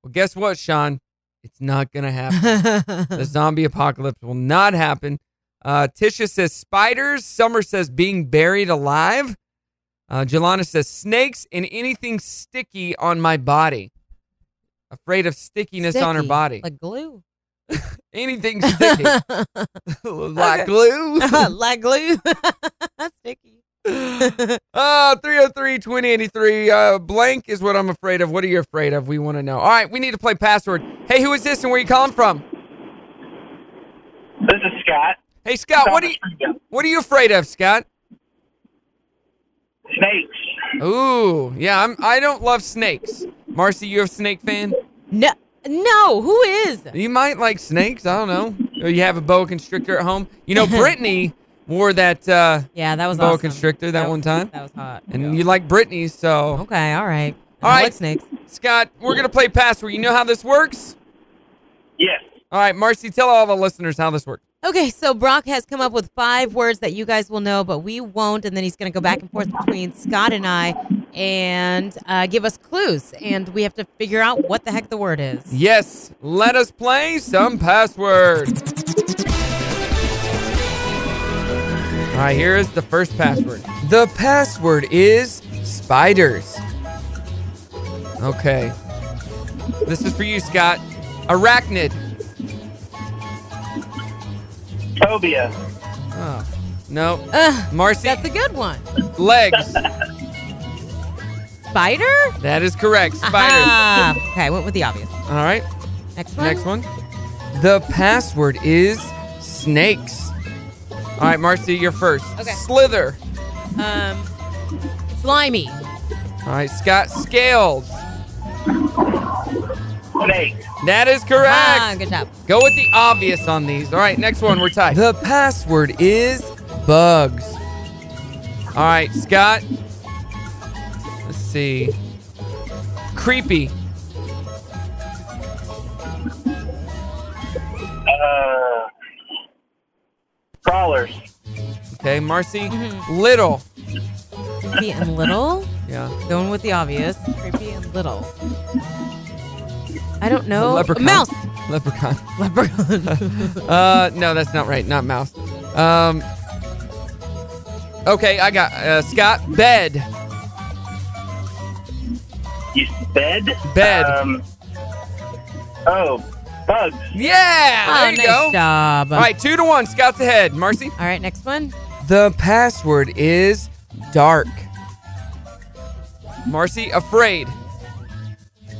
Speaker 7: Well, guess what, Sean? It's not going to happen. the zombie apocalypse will not happen. Uh, Tisha says spiders. Summer says being buried alive. Uh, Jelana says snakes and anything sticky on my body. Afraid of stickiness on her
Speaker 8: Sticky,
Speaker 7: body.
Speaker 8: Like glue.
Speaker 7: anything sticky. like glue.
Speaker 8: like glue. Sticky.
Speaker 7: Uh, 303 2083. Uh, blank is what I'm afraid of. What are you afraid of? We want to know. All right, we need to play password. Hey, who is this and where you calling from?
Speaker 11: This is Scott.
Speaker 7: Hey, Scott, what are you, what are you afraid of, Scott?
Speaker 11: Snakes.
Speaker 7: Ooh, yeah, I'm, I don't love snakes. Marcy, you a snake fan?
Speaker 8: No, no. Who is?
Speaker 7: You might like snakes. I don't know. Or you have a boa constrictor at home. You know, Brittany wore that uh,
Speaker 8: Yeah, that was
Speaker 7: boa
Speaker 8: awesome.
Speaker 7: constrictor that, one
Speaker 8: was-
Speaker 7: time.
Speaker 8: That was hot.
Speaker 7: and
Speaker 8: Yeah.
Speaker 7: you like Brittany, so.
Speaker 8: okay, all right.
Speaker 7: All
Speaker 8: I
Speaker 7: right.
Speaker 8: like snakes.
Speaker 7: Scott, we're going to play password. You know how this works?
Speaker 11: Yes.
Speaker 7: All right, Marcy, tell all the listeners how this works.
Speaker 8: Okay, so Brock has come up with five words that you guys will know, but we won't. And then he's going to go back and forth between Scott and I and uh, give us clues. And we have to figure out what the heck the word is.
Speaker 7: Yes, let us play some password. All right, here is the first password. The password is spiders. Okay. This is for you, Scott. Arachnid.
Speaker 11: Phobia.
Speaker 7: Oh, no.
Speaker 8: Ugh,
Speaker 7: Marcy,
Speaker 8: that's a good one.
Speaker 7: legs.
Speaker 8: Spider?
Speaker 7: That is correct. Spiders.
Speaker 8: Aha. Okay, I went with the obvious.
Speaker 7: All right.
Speaker 8: Next one.
Speaker 7: Next one. The password is snakes. All right, Marcy, you're first.
Speaker 8: Okay.
Speaker 7: Slither.
Speaker 8: Um, slimy.
Speaker 7: All right, Scott, scales.
Speaker 11: Snake.
Speaker 7: That is correct.
Speaker 8: Ah, good job.
Speaker 7: Go with the obvious on these. All right, next one, we're tied. The password is bugs. All right, Scott. Let's see. Creepy.
Speaker 11: Uh, crawlers.
Speaker 7: Okay, Marcy. Little.
Speaker 8: Creepy and little.
Speaker 7: Yeah.
Speaker 8: Going with the obvious. Creepy and little. I don't know.
Speaker 7: Leprechaun.
Speaker 8: Oh, Mouse.
Speaker 7: Leprechaun.
Speaker 8: Leprechaun.
Speaker 7: Uh, no, that's not right. Not mouse. Um. Okay, I got uh, Scott. Bed.
Speaker 11: You bed.
Speaker 7: Bed.
Speaker 11: Um, oh, bugs.
Speaker 7: Yeah.
Speaker 8: oh,
Speaker 7: there you
Speaker 8: nice
Speaker 7: go.
Speaker 8: job.
Speaker 7: All right, two to one. Scott's ahead. Marcy.
Speaker 8: All right, next one.
Speaker 7: The password is dark. Marcy, afraid.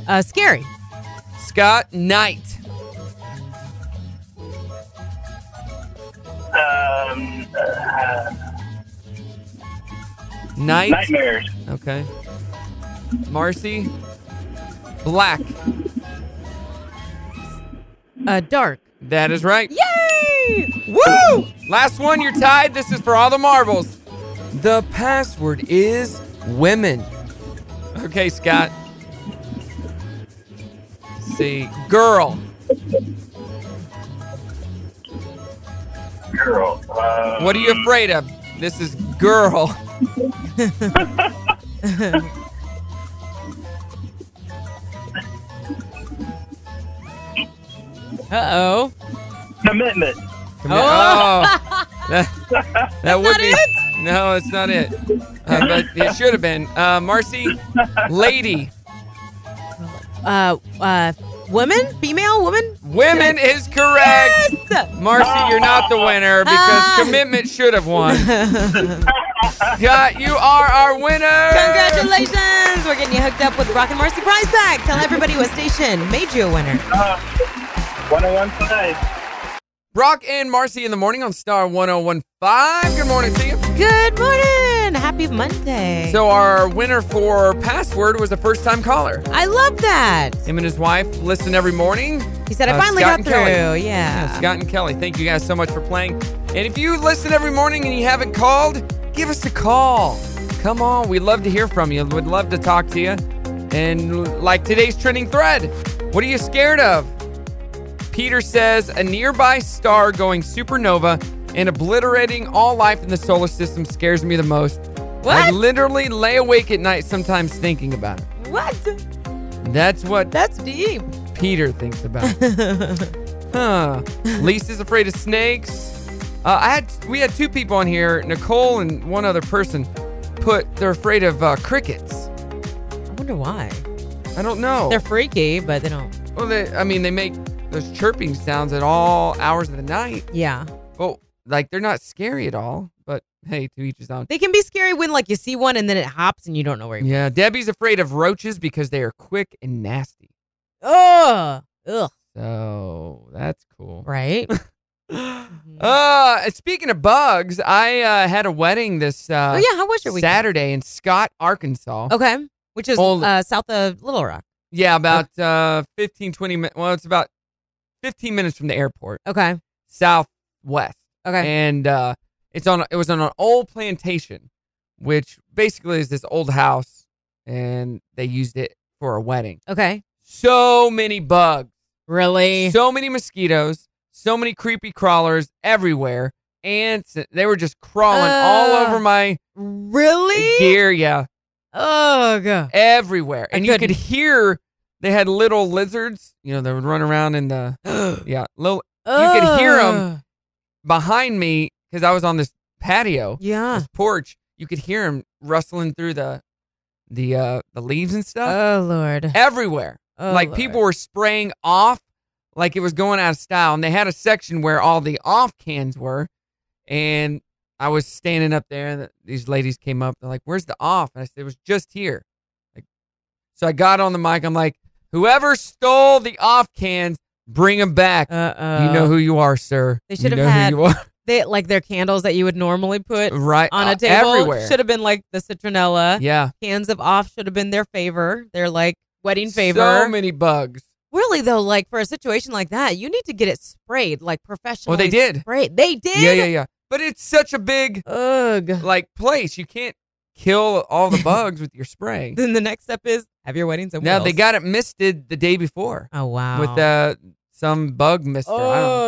Speaker 8: Uh, scary.
Speaker 7: Scott, night.
Speaker 11: Um, uh,
Speaker 7: Night.
Speaker 11: nightmares.
Speaker 7: Okay. Marcy, black.
Speaker 8: Uh, dark.
Speaker 7: That is right.
Speaker 8: Yay!
Speaker 7: Woo! Last one, you're tied. This is for all the marbles. The password is women. Okay, Scott. Let's see, girl.
Speaker 11: Girl. Um,
Speaker 7: What are you afraid of? This is girl.
Speaker 8: Uh oh.
Speaker 11: Commitment.
Speaker 7: Oh, that, that would
Speaker 8: not
Speaker 7: be.
Speaker 8: it?
Speaker 7: No, it's not it. Uh, but it should have been. Uh, Marcy, lady.
Speaker 8: Uh, uh, Women? Female woman?
Speaker 7: Women is correct. Marcy, you're not the winner because
Speaker 8: Ah.
Speaker 7: commitment should have won. yeah, you are our winner.
Speaker 8: Congratulations! We're getting you hooked up with the Rock and Marcy prize bag. Tell everybody what station made you a winner.
Speaker 11: 1015.
Speaker 7: Brock and Marcy in the morning on Star 1015. Good morning to you.
Speaker 8: Good morning! Happy Monday.
Speaker 7: So, our winner for Password was a first time caller.
Speaker 8: I love that.
Speaker 7: Him and his wife listen every morning.
Speaker 8: He said, I finally
Speaker 7: Uh, Scott
Speaker 8: got
Speaker 7: and
Speaker 8: through.
Speaker 7: Kelly.
Speaker 8: Yeah.
Speaker 7: Scott and Kelly, thank you guys so much for playing. And if you listen every morning and you haven't called, give us a call. Come on, we'd love to hear from you. We'd love to talk to you. And like today's trending thread, what are you scared of? Peter says a nearby star going supernova and obliterating all life in the solar system scares me the most. I
Speaker 8: What?
Speaker 7: literally lay awake at night sometimes thinking about it.
Speaker 8: What?
Speaker 7: That's what
Speaker 8: That's deep.
Speaker 7: Peter thinks about. huh. Lisa's afraid of snakes. Uh, I had we had two people on here, Nicole and one other person, put they're afraid of uh, crickets.
Speaker 8: I wonder why.
Speaker 7: I don't know.
Speaker 8: They're freaky, but they don't.
Speaker 7: well, they, I mean, they make those chirping sounds at all hours of the night.
Speaker 8: Yeah.
Speaker 7: Well, like they're not scary at all. But hey, to each his own.
Speaker 8: They can be scary when like you see one and then it hops and you don't know where you
Speaker 7: Yeah, Debbie's afraid of roaches because they are quick and nasty.
Speaker 8: Ugh. Ugh.
Speaker 7: So that's cool.
Speaker 8: Right? Mm-hmm.
Speaker 7: Uh, speaking of bugs, I uh, had a wedding this uh,
Speaker 8: oh yeah, how was your weekend?
Speaker 7: Saturday in Scott, Arkansas.
Speaker 8: Okay. Which is
Speaker 7: Old-
Speaker 8: uh, south of Little Rock.
Speaker 7: Yeah, about uh, 15, 20 minutes. Well, it's about 15 minutes from the airport,
Speaker 8: Okay.
Speaker 7: southwest.
Speaker 8: Okay.
Speaker 7: And uh, it's on. it was on an old plantation, which basically is this old house, and they used it for a wedding.
Speaker 8: okay.
Speaker 7: So many bugs.
Speaker 8: Really?
Speaker 7: so many mosquitoes, so many creepy crawlers everywhere. Ants, they were just crawling all
Speaker 8: Ugh.
Speaker 7: over my
Speaker 8: really?
Speaker 7: gear, yeah,
Speaker 8: Oh god.
Speaker 7: everywhere.
Speaker 8: I
Speaker 7: And you could
Speaker 8: couldn't.
Speaker 7: hear they had little lizards, you know, they would run around in the, yeah, little
Speaker 8: You
Speaker 7: could hear 'em. behind me because I was on this patio,
Speaker 8: Yeah.
Speaker 7: this porch. You could hear them rustling through the, the, uh, the leaves and stuff
Speaker 8: Oh lord.
Speaker 7: everywhere.
Speaker 8: Oh,
Speaker 7: like
Speaker 8: Lord.
Speaker 7: people were spraying off like it was going out of style and they had a section where all the off cans were and i was standing up there and these ladies came up they're like where's the off and i said it was just here like, so i got on the mic i'm like whoever stole the off cans bring them back
Speaker 8: Uh-oh.
Speaker 7: you know who you are sir
Speaker 8: Uh, They
Speaker 7: You
Speaker 8: should have
Speaker 7: know who
Speaker 8: had-
Speaker 7: you are.
Speaker 8: they like their candles that you would normally put
Speaker 7: right
Speaker 8: on
Speaker 7: uh,
Speaker 8: a table
Speaker 7: everywhere
Speaker 8: should have been like the citronella.
Speaker 7: yeah
Speaker 8: Cans of off should have been their favor. They're like wedding favor.
Speaker 7: so many bugs
Speaker 8: really though, like for a situation like that, you need to get it sprayed like professionally.
Speaker 7: well they did
Speaker 8: Sprayed. They did.
Speaker 7: yeah yeah yeah but it's such a big
Speaker 8: Ugh.
Speaker 7: like place. You can't kill all the bugs with your spray.
Speaker 8: Then the next step is have your wedding somewhere
Speaker 7: Now
Speaker 8: else.
Speaker 7: they got it misted the day before
Speaker 8: Oh wow.
Speaker 7: with uh, some bug mister. I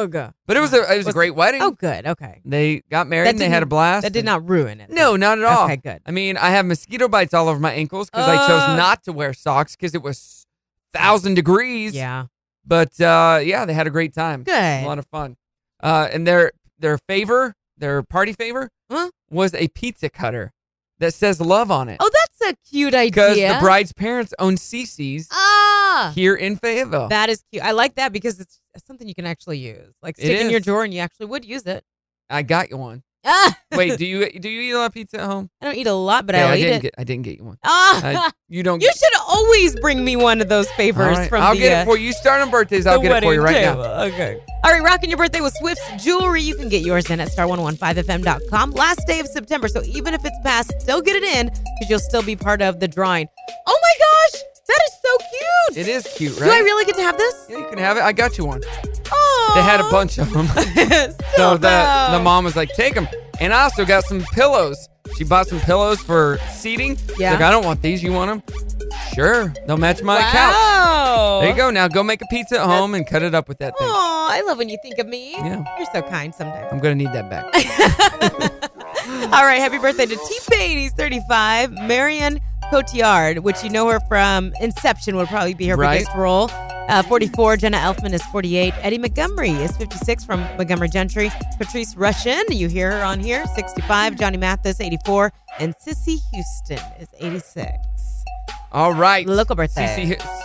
Speaker 7: don't know.
Speaker 8: Ugh.
Speaker 7: But it was a it was a
Speaker 8: Was-
Speaker 7: great wedding.
Speaker 8: Oh good. Okay.
Speaker 7: They got married
Speaker 8: That
Speaker 7: and they had a
Speaker 8: didn't-
Speaker 7: blast.
Speaker 8: That did not ruin it.
Speaker 7: No, not at all.
Speaker 8: Okay. Good.
Speaker 7: I mean, I have mosquito bites all over my ankles because I
Speaker 8: Uh.
Speaker 7: chose not to wear socks because it was thousand degrees.
Speaker 8: Yeah.
Speaker 7: But uh, yeah, they had a great time.
Speaker 8: Good.
Speaker 7: It was A lot of fun. Uh, and their their favor, their party favor,
Speaker 8: Huh?
Speaker 7: was a pizza cutter that says love on it.
Speaker 8: Oh, that's a cute idea.
Speaker 7: because the bride's parents own CC's
Speaker 8: ah.
Speaker 7: here in Fayetteville.
Speaker 8: That is cute. I like that because it's something you can actually use. Like
Speaker 7: It
Speaker 8: stick in your
Speaker 7: is.
Speaker 8: drawer and you actually would use it.
Speaker 7: I got you one.
Speaker 8: Ah.
Speaker 7: Wait, do you do you eat a lot of pizza at home?
Speaker 8: I don't eat a lot, but
Speaker 7: Okay,
Speaker 8: I'll eat
Speaker 7: didn't
Speaker 8: it.
Speaker 7: get I didn't get you one.
Speaker 8: ah.
Speaker 7: I, you don't.
Speaker 8: you
Speaker 7: get,
Speaker 8: should always bring me one of those
Speaker 7: All
Speaker 8: favors
Speaker 7: right,
Speaker 8: from
Speaker 7: I'll
Speaker 8: the,
Speaker 7: get
Speaker 8: uh,
Speaker 7: it for you. You Start on birthdays. I'll
Speaker 8: the
Speaker 7: get it for you
Speaker 8: wedding
Speaker 7: right
Speaker 8: table.
Speaker 7: now.
Speaker 8: Okay. All right, rocking your birthday with Swift's jewelry. You can get yours in at star115fm.com. Last day of September, so even if it's past, still get it in because you'll still be part of the drawing. Oh my gosh, that is so cute.
Speaker 7: It is cute, right?
Speaker 8: Do I really get to have this?
Speaker 7: Yeah, you can have it. I got you one.
Speaker 8: Oh,
Speaker 7: They had a bunch of them. so the the mom was like, "Take them." And I also got some pillows. She bought some pillows for seating. She's
Speaker 8: Yeah.
Speaker 7: Like I don't want these. You want them? Sure. They'll match my couch.
Speaker 8: wow.
Speaker 7: There you go. Now go make a pizza at home and cut it up with that thing.
Speaker 8: Oh, I love when you think of me.
Speaker 7: Yeah.
Speaker 8: You're so kind sometimes.
Speaker 7: I'm gonna need that back.
Speaker 8: All right, happy birthday to T Pain. He's 35. Marion Cotillard, which you know her from Inception, would probably be her
Speaker 7: Right.
Speaker 8: biggest role. Uh, 44. Jenna Elfman is 48. Eddie Montgomery is 56 from Montgomery Gentry. Patrice Rushen, you hear her on here, 65. Johnny Mathis, 84. And Sissy Houston is 86.
Speaker 7: All right.
Speaker 8: Local birthday.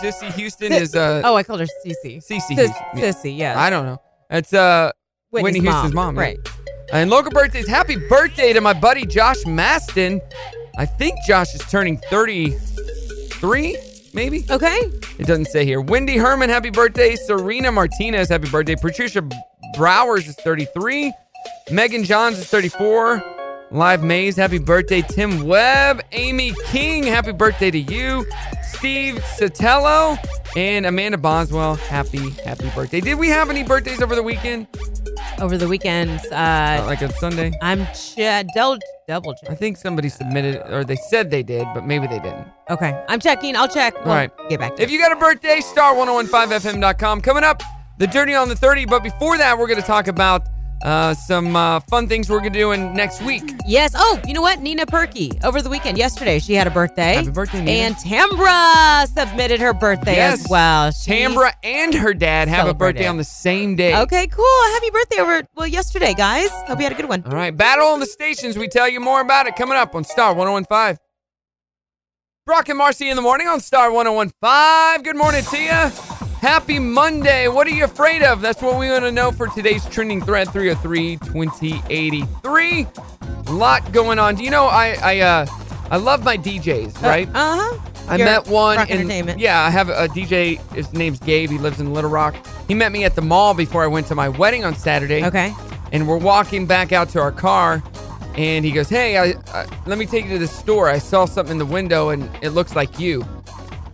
Speaker 7: Sissy, Sissy Houston is uh
Speaker 8: oh, I called her Cece.
Speaker 7: Cece
Speaker 8: Sis-
Speaker 7: Houston.
Speaker 8: Sissy, yes.
Speaker 7: I don't know. That's uh Whitney
Speaker 8: Whitney's
Speaker 7: Houston's mom.
Speaker 8: mom,
Speaker 7: yeah.
Speaker 8: right.
Speaker 7: And local birthdays. Happy birthday to my buddy Josh Maston. I think Josh is turning 33, maybe.
Speaker 8: Okay.
Speaker 7: It doesn't say here. Wendy Herman, happy birthday. Serena Martinez, happy birthday. Patricia Browers is 33. Megan Johns is 34. Live Mays, happy birthday. Tim Webb, Amy King, happy birthday to you. Steve Sotelo and Amanda Boswell, happy, happy birthday. Did we have any birthdays over the weekend?
Speaker 8: Over the weekends, uh,
Speaker 7: Like on Sunday?
Speaker 8: I'm che- del- double
Speaker 7: I
Speaker 8: check.
Speaker 7: think somebody submitted, or they said they did, but maybe they didn't.
Speaker 8: Okay, I'm checking. I'll check. We'll
Speaker 7: All right.
Speaker 8: Get back to
Speaker 7: If you got a birthday, star1015fm.com. Coming up, the dirty on the 30. But before that, we're going to talk about uh, some uh, fun things we're going to do in next week.
Speaker 8: Yes. Oh, you know what? Nina Perky over the weekend, yesterday, she had a birthday.
Speaker 7: Happy birthday, Nina.
Speaker 8: And Tambra submitted her birthday
Speaker 7: Yes.
Speaker 8: as well. She-
Speaker 7: Tambra and her dad have a birthday
Speaker 8: Celebrated.
Speaker 7: on the same day.
Speaker 8: Okay, cool. Happy birthday over well yesterday, guys. Hope you had a good one.
Speaker 7: All right, Battle on the Stations. We tell you more about it coming up on Star 1015. Brock and Marcy in the morning on Star 1015. Good morning to you. Happy Monday. What are you afraid of? That's what we want to know for today's trending thread 303 2083. Lot going on. Do you know I I uh I love my DJs, right?
Speaker 8: Uh huh.
Speaker 7: I met one
Speaker 8: Rock
Speaker 7: in
Speaker 8: Entertainment.
Speaker 7: yeah. I have a DJ. His name's Gabe. He lives in Little Rock. He met me at the mall before I went to my wedding on Saturday.
Speaker 8: Okay.
Speaker 7: And we're walking back out to our car, and he goes, "Hey, I, I, let me take you to the store. I saw something in the window, and it looks like you."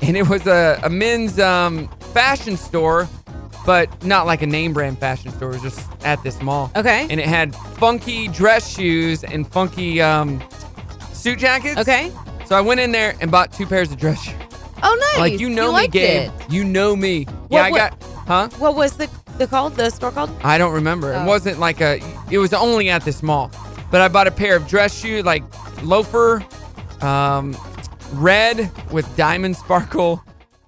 Speaker 7: And it was a, a men's um, fashion store, but not like a name brand fashion store. It was just at this mall.
Speaker 8: Okay.
Speaker 7: And it had funky dress shoes and funky um, suit jackets.
Speaker 8: Okay.
Speaker 7: So I went in there and bought two pairs of dress shoes.
Speaker 8: Oh, nice.
Speaker 7: Like you know me,
Speaker 8: liked
Speaker 7: Gabe.
Speaker 8: it.
Speaker 7: You know me. yeah, I
Speaker 8: what-
Speaker 7: got. Huh?
Speaker 8: What was the the called the store called?
Speaker 7: I don't remember. It
Speaker 8: Oh.
Speaker 7: wasn't like a. It was only at this mall, but I bought a pair of dress shoe like loafer, um, red with diamond sparkle,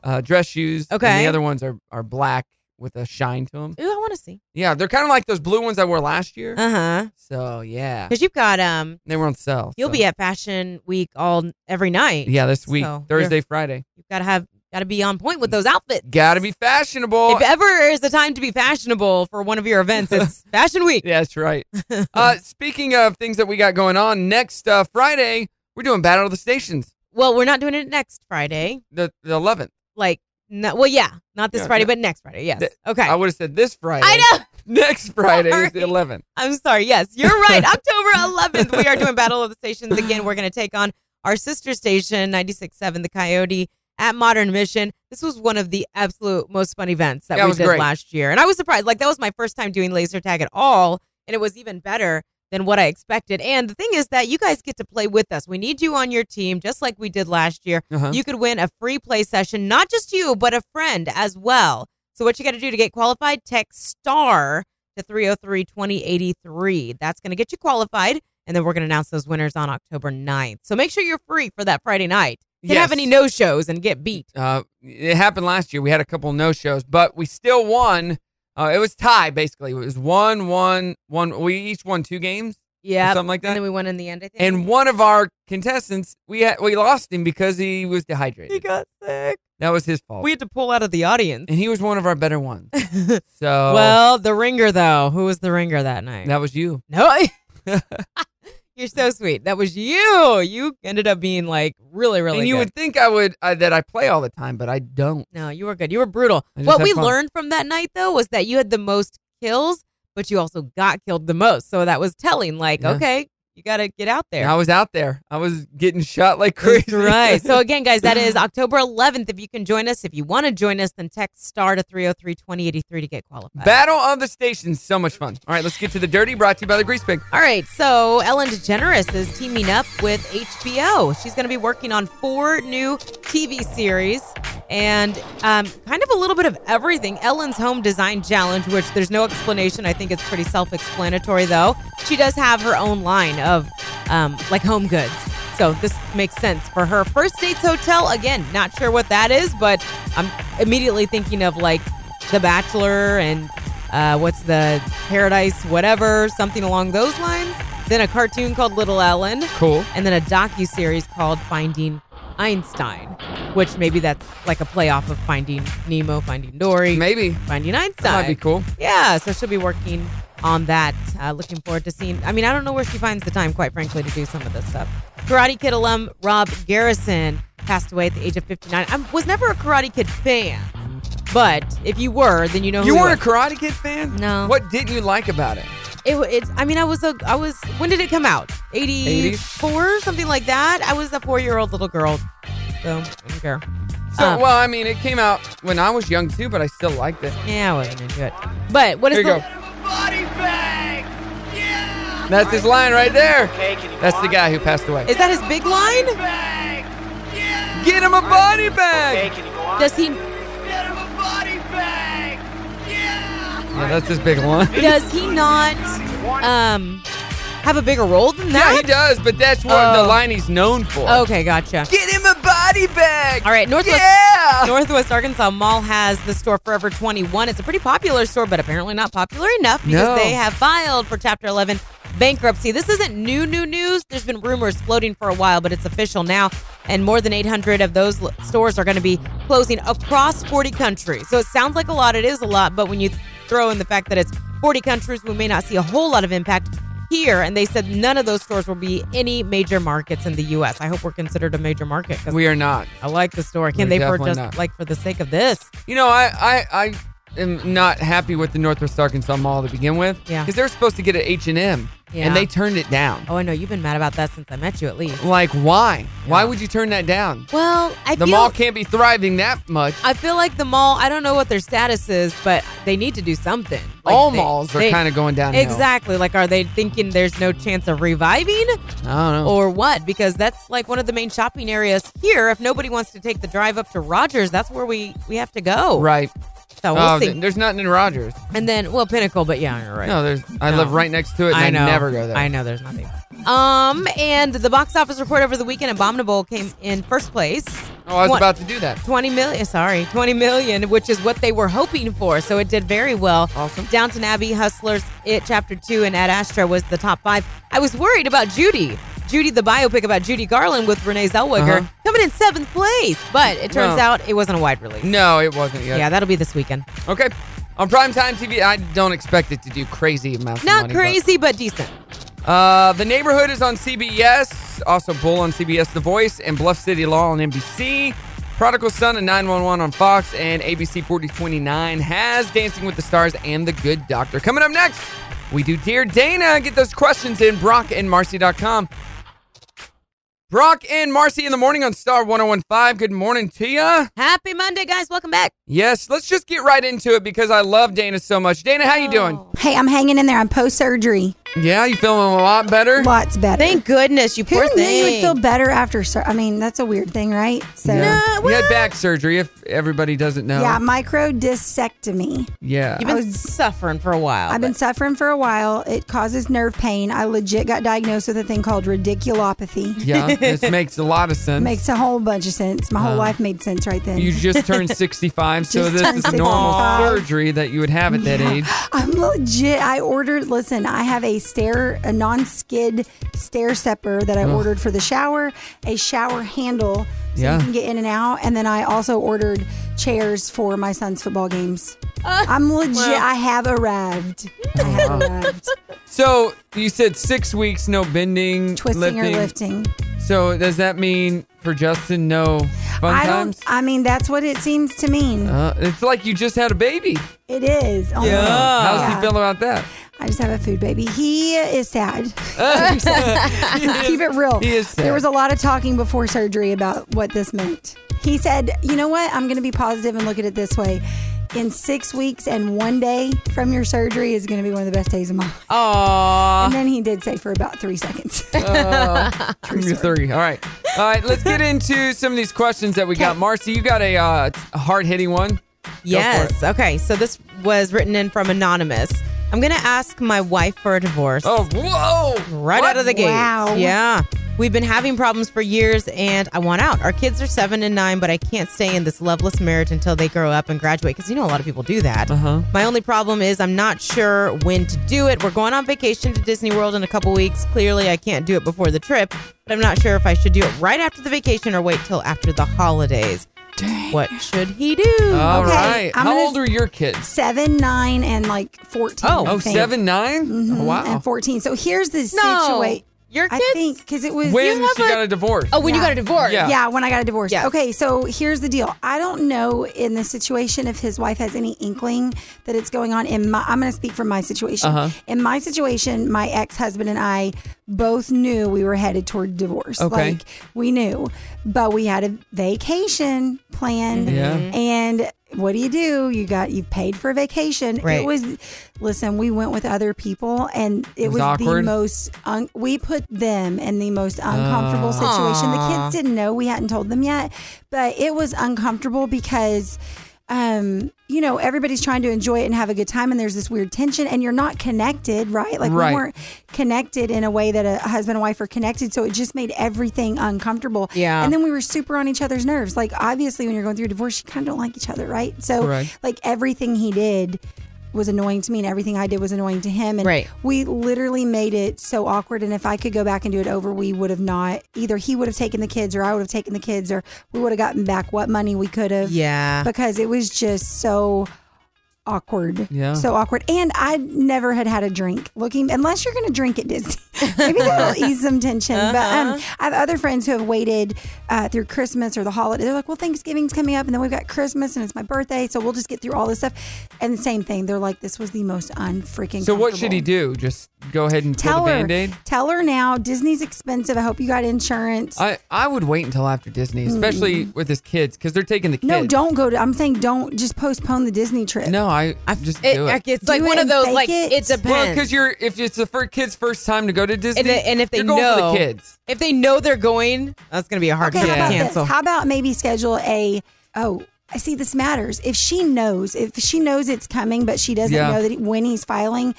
Speaker 7: uh, dress shoes. And
Speaker 8: Okay.
Speaker 7: the other ones are are black with a shine to them.
Speaker 8: Ooh, I want to see.
Speaker 7: Yeah, they're kind of like those blue ones I wore last year.
Speaker 8: Uh huh.
Speaker 7: So yeah,
Speaker 8: Because you've got um,
Speaker 7: they were on sale.
Speaker 8: you'll
Speaker 7: so-
Speaker 8: be at Fashion Week all every night.
Speaker 7: Yeah, this week,
Speaker 8: So, you're-
Speaker 7: Thursday, Friday.
Speaker 8: You've got to have got to be on point with those outfits.
Speaker 7: Gotta be fashionable.
Speaker 8: If ever is a time to be fashionable for one of your events, it's Fashion Week.
Speaker 7: Yeah, that's right. uh, speaking of things that we got going on, next uh, Friday we're doing Battle of the Stations,
Speaker 8: Well, we're not doing it next Friday.
Speaker 7: the the eleventh.
Speaker 8: Like, no, well, yeah, not this
Speaker 7: Yeah,
Speaker 8: Friday,
Speaker 7: yeah.
Speaker 8: but next Friday. Yes.
Speaker 7: Th-
Speaker 8: Okay.
Speaker 7: I would have said this Friday.
Speaker 8: I know.
Speaker 7: Next Friday is the
Speaker 8: Sorry.
Speaker 7: eleventh.
Speaker 8: I'm sorry. Yes, you're right. October 11th, we are doing Battle of the Stations again. We're going to take on our sister station, 96.7 The Coyote, at Modern Mission. This was one of the absolute most fun events that
Speaker 7: Yeah, it
Speaker 8: we
Speaker 7: was
Speaker 8: did
Speaker 7: great.
Speaker 8: last year. And I was surprised. Like, that was my first time doing laser tag at all. And it was even better than what I expected. And the thing is that you guys get to play with us. We need you on your team, just like we did last year.
Speaker 7: Uh-huh.
Speaker 8: You could win a free play session, not just you, but a friend as well. So, what you got to do to get qualified, text STAR to 303 2083. That's going to get you qualified. And then we're going to announce those winners on October 9th. So, make sure you're free for that Friday night. Can't
Speaker 7: Yes.
Speaker 8: have any no shows and get beat.
Speaker 7: Uh, it happened last year. We had a couple no shows, but we still won. Uh, it was tie basically. It was one, one, one. We each won two games,
Speaker 8: Yeah.
Speaker 7: something like that.
Speaker 8: And then we won in the end, I think.
Speaker 7: and one of our contestants we had, we lost him because he was dehydrated.
Speaker 8: he got sick.
Speaker 7: that was his fault.
Speaker 8: We had to pull out of the audience.
Speaker 7: and he was one of our better ones. So
Speaker 8: Well, the ringer, though. Who was the ringer that night?
Speaker 7: that was you.
Speaker 8: No. You're so sweet. That was you. You ended up being like really, really.
Speaker 7: and you
Speaker 8: good.
Speaker 7: would think I would uh, that I play all the time, but I don't.
Speaker 8: No, you were good. You were brutal.
Speaker 7: I just
Speaker 8: What
Speaker 7: had
Speaker 8: we
Speaker 7: fun.
Speaker 8: learned from that night, though, was that you had the most kills, but you also got killed the most. So that was telling. Like,
Speaker 7: Yeah.
Speaker 8: okay, you got to get out
Speaker 7: And I
Speaker 8: there.
Speaker 7: was out there. I was getting shot like crazy.
Speaker 8: right. So again, guys, that is October 11th. If you can join us, if you want to join us, then text star to 303 2083 to get qualified.
Speaker 7: Battle of the Stations, so much fun. All right, let's get to the dirty. Brought to you by the Grease Pig.
Speaker 8: All right, so Ellen DeGeneres is teaming up with HBO. She's going to be working on four new TV series and um, kind of a little bit of everything. Ellen's Home Design Challenge, which there's no explanation. I think it's pretty self explanatory, though. She does have her own line of um, like home goods. So this makes sense for her. First Dates Hotel, again, not sure what that is, but I'm immediately thinking of like The Bachelor and uh, what's the Paradise, whatever, something along those lines. Then a cartoon called Little Ellen,
Speaker 7: Cool.
Speaker 8: and then a docu series called Finding Einstein, which maybe that's like a playoff of Finding Nemo, Finding Dory.
Speaker 7: Maybe.
Speaker 8: Finding Einstein.
Speaker 7: might be cool.
Speaker 8: Yeah, so she'll be working on that. Uh, looking forward to seeing. I mean, I don't know where she finds the time, quite frankly, to do some of this stuff. Karate Kid alum Rob Garrison passed away at the age of 59. I was never a Karate Kid fan, but if you were, then you know who
Speaker 7: You
Speaker 8: he
Speaker 7: weren't
Speaker 8: was.
Speaker 7: a Karate Kid fan?
Speaker 8: Oh, No.
Speaker 7: What didn't you like about it?
Speaker 8: It, wa- it's I mean, I was a, I was. When did it come out? Eighty-four, something like that. I was a four-year-old little girl, so I don't care.
Speaker 7: So,
Speaker 8: Um,
Speaker 7: well, I mean, it came out when I was young too, but I still liked it.
Speaker 8: Yeah, I wasn't into it. But what is
Speaker 7: Here you
Speaker 8: the?
Speaker 7: go. That's his line right there. That's the guy who passed away.
Speaker 8: Is that his big line?
Speaker 7: Get him a body bag.
Speaker 8: Does he
Speaker 7: Yeah, that's his big one.
Speaker 8: does he not um have a bigger role than that?
Speaker 7: Yeah, he does, but that's what
Speaker 8: Oh.
Speaker 7: the line he's known for.
Speaker 8: Okay, gotcha.
Speaker 7: Get him a body bag.
Speaker 8: All right, Northwest
Speaker 7: Yeah.
Speaker 8: Northwest Arkansas Mall has the store Forever 21. It's a pretty popular store, but apparently not popular enough because
Speaker 7: No.
Speaker 8: they have filed for Chapter 11 bankruptcy. This isn't new new news. There's been rumors floating for a while, but it's official now, and more than 800 of those l- stores are going to be closing across 40 countries. So it sounds like a lot. It is a lot, but when you throw in the fact that it's 40 countries, we may not see a whole lot of impact here. And they said none of those stores will be any major markets in the U.S. I hope we're considered a major market. 'cause
Speaker 7: We are not.
Speaker 8: I like the store. Can
Speaker 7: We're
Speaker 8: they for
Speaker 7: definitely
Speaker 8: just
Speaker 7: not.
Speaker 8: like for the sake of this?
Speaker 7: You know, I, I, I am not happy with the Northwest Arkansas Mall to begin with.
Speaker 8: Yeah.
Speaker 7: Because they were supposed to get an H and M,
Speaker 8: Yeah.
Speaker 7: and they turned it down.
Speaker 8: Oh, I know you've been mad about that since I met you, at least.
Speaker 7: Like, why? Why would you turn that down?
Speaker 8: Well, I
Speaker 7: The
Speaker 8: feel
Speaker 7: mall can't be thriving that much.
Speaker 8: I feel like the mall. I don't know what their status is, but they need to do something. Like,
Speaker 7: All
Speaker 8: they-
Speaker 7: malls are
Speaker 8: they-
Speaker 7: kind of going downhill.
Speaker 8: Exactly. Like, are they thinking there's no chance of reviving
Speaker 7: I don't know.
Speaker 8: or what? Because that's like one of the main shopping areas here. If nobody wants to take the drive up to Rogers, that's where we we have to go.
Speaker 7: Oh, right.
Speaker 8: So we'll
Speaker 7: Oh,
Speaker 8: see.
Speaker 7: th- there's nothing in Rogers.
Speaker 8: and then, well, Pinnacle, but yeah, you're right.
Speaker 7: No, there's. I
Speaker 8: No.
Speaker 7: live right next to it. And I,
Speaker 8: I know.
Speaker 7: never go there.
Speaker 8: I know there's nothing. Um, and the box office report over the weekend, Abominable came in first place.
Speaker 7: Oh, I was
Speaker 8: One-
Speaker 7: about to do that.
Speaker 8: 20 million, sorry, 20 million, which is what they were hoping for. So it did very well.
Speaker 7: Awesome.
Speaker 8: Downton Abbey, Hustlers, It Chapter 2, and Ad Astra was the top five. I was worried about Judy. Judy, the biopic about Judy Garland with Renee Zellweger,
Speaker 7: Uh-huh.
Speaker 8: coming in seventh place. But it turns
Speaker 7: No.
Speaker 8: out it wasn't a wide release.
Speaker 7: No, it wasn't yet.
Speaker 8: Yeah, that'll be this weekend.
Speaker 7: Okay. On primetime TV, I don't expect it to do crazy amounts
Speaker 8: Not
Speaker 7: of money. but-
Speaker 8: crazy, but decent.
Speaker 7: Uh, the Neighborhood is on CBS, also Bull on CBS The Voice, and Bluff City Law on NBC. Prodigal Son and 911 on Fox, and ABC 4029 has Dancing with the Stars and The Good Doctor. Coming up next, we do Dear Dana. Get those questions in Brock and Marcy.com. Brock and Marcy in the morning on Star 1015. Good morning to ya.
Speaker 8: Happy Monday, guys. Welcome back.
Speaker 7: Yes, let's just get right into it because I love Dana so much. Dana, how you doing?
Speaker 12: Hey, I'm hanging in there. I'm post surgery.
Speaker 7: Yeah, you feeling a lot better?
Speaker 12: Lots better.
Speaker 8: Thank goodness you
Speaker 12: Who
Speaker 8: poor
Speaker 12: knew you would
Speaker 8: thing.
Speaker 12: feel better after sur- I mean, that's a weird thing, right? So
Speaker 7: Yeah.
Speaker 12: yeah,
Speaker 7: you had back surgery, if everybody doesn't know.
Speaker 12: microdiscectomy.
Speaker 7: Yeah.
Speaker 8: You've been suffering for a while.
Speaker 12: I've been
Speaker 8: but-
Speaker 12: suffering for a while. It causes nerve pain. I legit got diagnosed with a thing called radiculopathy.
Speaker 7: yeah. This makes a lot of sense.
Speaker 12: Makes a whole bunch of sense. My whole
Speaker 7: Um,
Speaker 12: life made sense right then.
Speaker 7: you just turned 65, so
Speaker 12: Just
Speaker 7: this
Speaker 12: turned
Speaker 7: is normal
Speaker 12: 65.
Speaker 7: surgery that you would have at that age.
Speaker 12: I'm legit. I ordered. Listen, I have a stair, a non-skid stair stepper that I ordered for the shower, a shower handle so
Speaker 7: Yeah.
Speaker 12: you can get in and out, and then I also ordered chairs for my son's football games. I'm legit. I have arrived. I have arrived.
Speaker 7: So you said six weeks, no bending,
Speaker 12: Twisting
Speaker 7: lifting.
Speaker 12: or lifting.
Speaker 7: So does that mean for Justin, no fun
Speaker 12: I
Speaker 7: times?
Speaker 12: don't. I mean, that's what it seems to mean.
Speaker 7: Uh, it's like you just had a baby.
Speaker 12: it is. Oh, my
Speaker 7: Uh,
Speaker 12: God.
Speaker 7: How's
Speaker 12: Yeah.
Speaker 7: he feel about that?
Speaker 12: I just have a food baby. He is sad. Keep it real.
Speaker 7: He is sad.
Speaker 12: There was a lot of talking before surgery about what this meant. He said, "You know what? I'm going to be positive and look at it this way. In six weeks and one day from your surgery is going to be one of the best days of my life."
Speaker 7: Aww.
Speaker 12: And then he did say for about three seconds.
Speaker 7: Give me a three. All right. All right. Let's get into some of these questions that we got. Marcy, you got a uh, hard hitting one.
Speaker 8: Yes. Okay. So this was written in from anonymous. I'm gonna ask my wife for a divorce.
Speaker 7: Oh, whoa.
Speaker 8: right out of the gate.
Speaker 12: Wow.
Speaker 8: Yeah. We've been having problems for years and I want out. Our kids are seven and nine, but I can't stay in this loveless marriage until they grow up and graduate because you know a lot of people do that.
Speaker 7: Uh-huh.
Speaker 8: My only problem is I'm not sure when to do it. We're going on vacation to Disney World in a couple weeks. Clearly, I can't do it before the trip, but I'm not sure if I should do it right after the vacation or wait till after the holidays. What should he do?
Speaker 7: All
Speaker 12: Okay,
Speaker 7: right.
Speaker 12: I'm
Speaker 7: How
Speaker 12: gonna-
Speaker 7: old are your kids?
Speaker 12: Seven, nine, and like 14.
Speaker 7: Oh,
Speaker 12: I
Speaker 7: oh,
Speaker 12: think.
Speaker 7: seven, nine?
Speaker 12: Mhm,
Speaker 7: Wow.
Speaker 12: And 14. So here's the
Speaker 8: No,
Speaker 12: situation.
Speaker 8: Your Oh,
Speaker 12: kids? I think, because it was.
Speaker 7: when she got a divorce.
Speaker 8: when you got a divorce.
Speaker 12: Oh, Yeah.
Speaker 7: Yeah.
Speaker 12: when I got a divorce. Okay, so here's the deal. I don't know in this situation if his wife has any inkling that it's going on. In my, I'm going to speak from my situation.
Speaker 13: Uh-huh.
Speaker 12: In my situation, my ex husband and I both knew we were headed toward divorce.
Speaker 13: Okay.
Speaker 12: Like we knew, but we had a vacation planned.
Speaker 13: Yeah.
Speaker 12: And what do you do? You got you paid for a vacation.
Speaker 13: Right.
Speaker 12: It was listen. We went with other people, and it,
Speaker 13: It was
Speaker 12: was, the
Speaker 13: awkward.
Speaker 12: most. Un- we put them in the most uncomfortable
Speaker 13: Oh.
Speaker 12: situation. The
Speaker 13: Aw.
Speaker 12: kids didn't know we hadn't told them yet, but it was uncomfortable because um you know everybody's trying to enjoy it and have a good time and there's this weird tension and you're not connected right like
Speaker 13: Right.
Speaker 12: we weren't connected in a way that a husband and wife are connected so it just made everything uncomfortable
Speaker 13: Yeah.
Speaker 12: and then we were super on each other's nerves like obviously when you're going through a divorce you kind of don't like each other right so
Speaker 13: Right.
Speaker 12: like everything he did was annoying to me and everything I did was annoying to him and
Speaker 13: Right.
Speaker 12: we literally made it so awkward and if I could go back and do it over we would have not either he would have taken the kids or I would have taken the kids or we would have gotten back what money we could have
Speaker 8: Yeah.
Speaker 12: because it was just so awkward
Speaker 13: Yeah.
Speaker 12: so awkward and I never had had a drink looking unless you're going to drink at Disney maybe that'll ease some tension but um
Speaker 13: Uh-huh.
Speaker 12: I have other friends who have waited uh, through Christmas or the holiday. They're like, well, Thanksgiving's coming up, and then we've got Christmas, and it's my birthday, so we'll just get through all this stuff. And the same thing. They're like, this was the most unfreaking.
Speaker 7: So what should he do? Just go ahead and
Speaker 12: Tell
Speaker 7: pull the
Speaker 12: her.
Speaker 7: band-aid?
Speaker 12: Tell her now. Disney's expensive. I hope you got insurance.
Speaker 7: I, I would wait until after Disney, especially with his kids, because they're taking the kids.
Speaker 12: Mm-hmm. no, don't go to. I'm saying don't just postpone the Disney trip.
Speaker 7: No, I just do it.
Speaker 8: It's like
Speaker 12: Do it
Speaker 8: one of
Speaker 12: and
Speaker 8: those,
Speaker 12: fake
Speaker 8: like,
Speaker 12: it.
Speaker 8: it depends.
Speaker 7: Well, because you're if it's the first kid's first time to go to Disney,
Speaker 8: and, they- and if they
Speaker 7: you're going
Speaker 8: know
Speaker 7: for the kids.
Speaker 8: if they know they're going, that's gonna be a hard
Speaker 12: Okay,
Speaker 8: time
Speaker 12: how
Speaker 8: to
Speaker 12: about
Speaker 8: cancel.
Speaker 12: this? How about maybe schedule a oh. I see this matters. If she knows, if she knows it's coming, but she doesn't
Speaker 13: Yeah.
Speaker 12: know that he, when he's filing,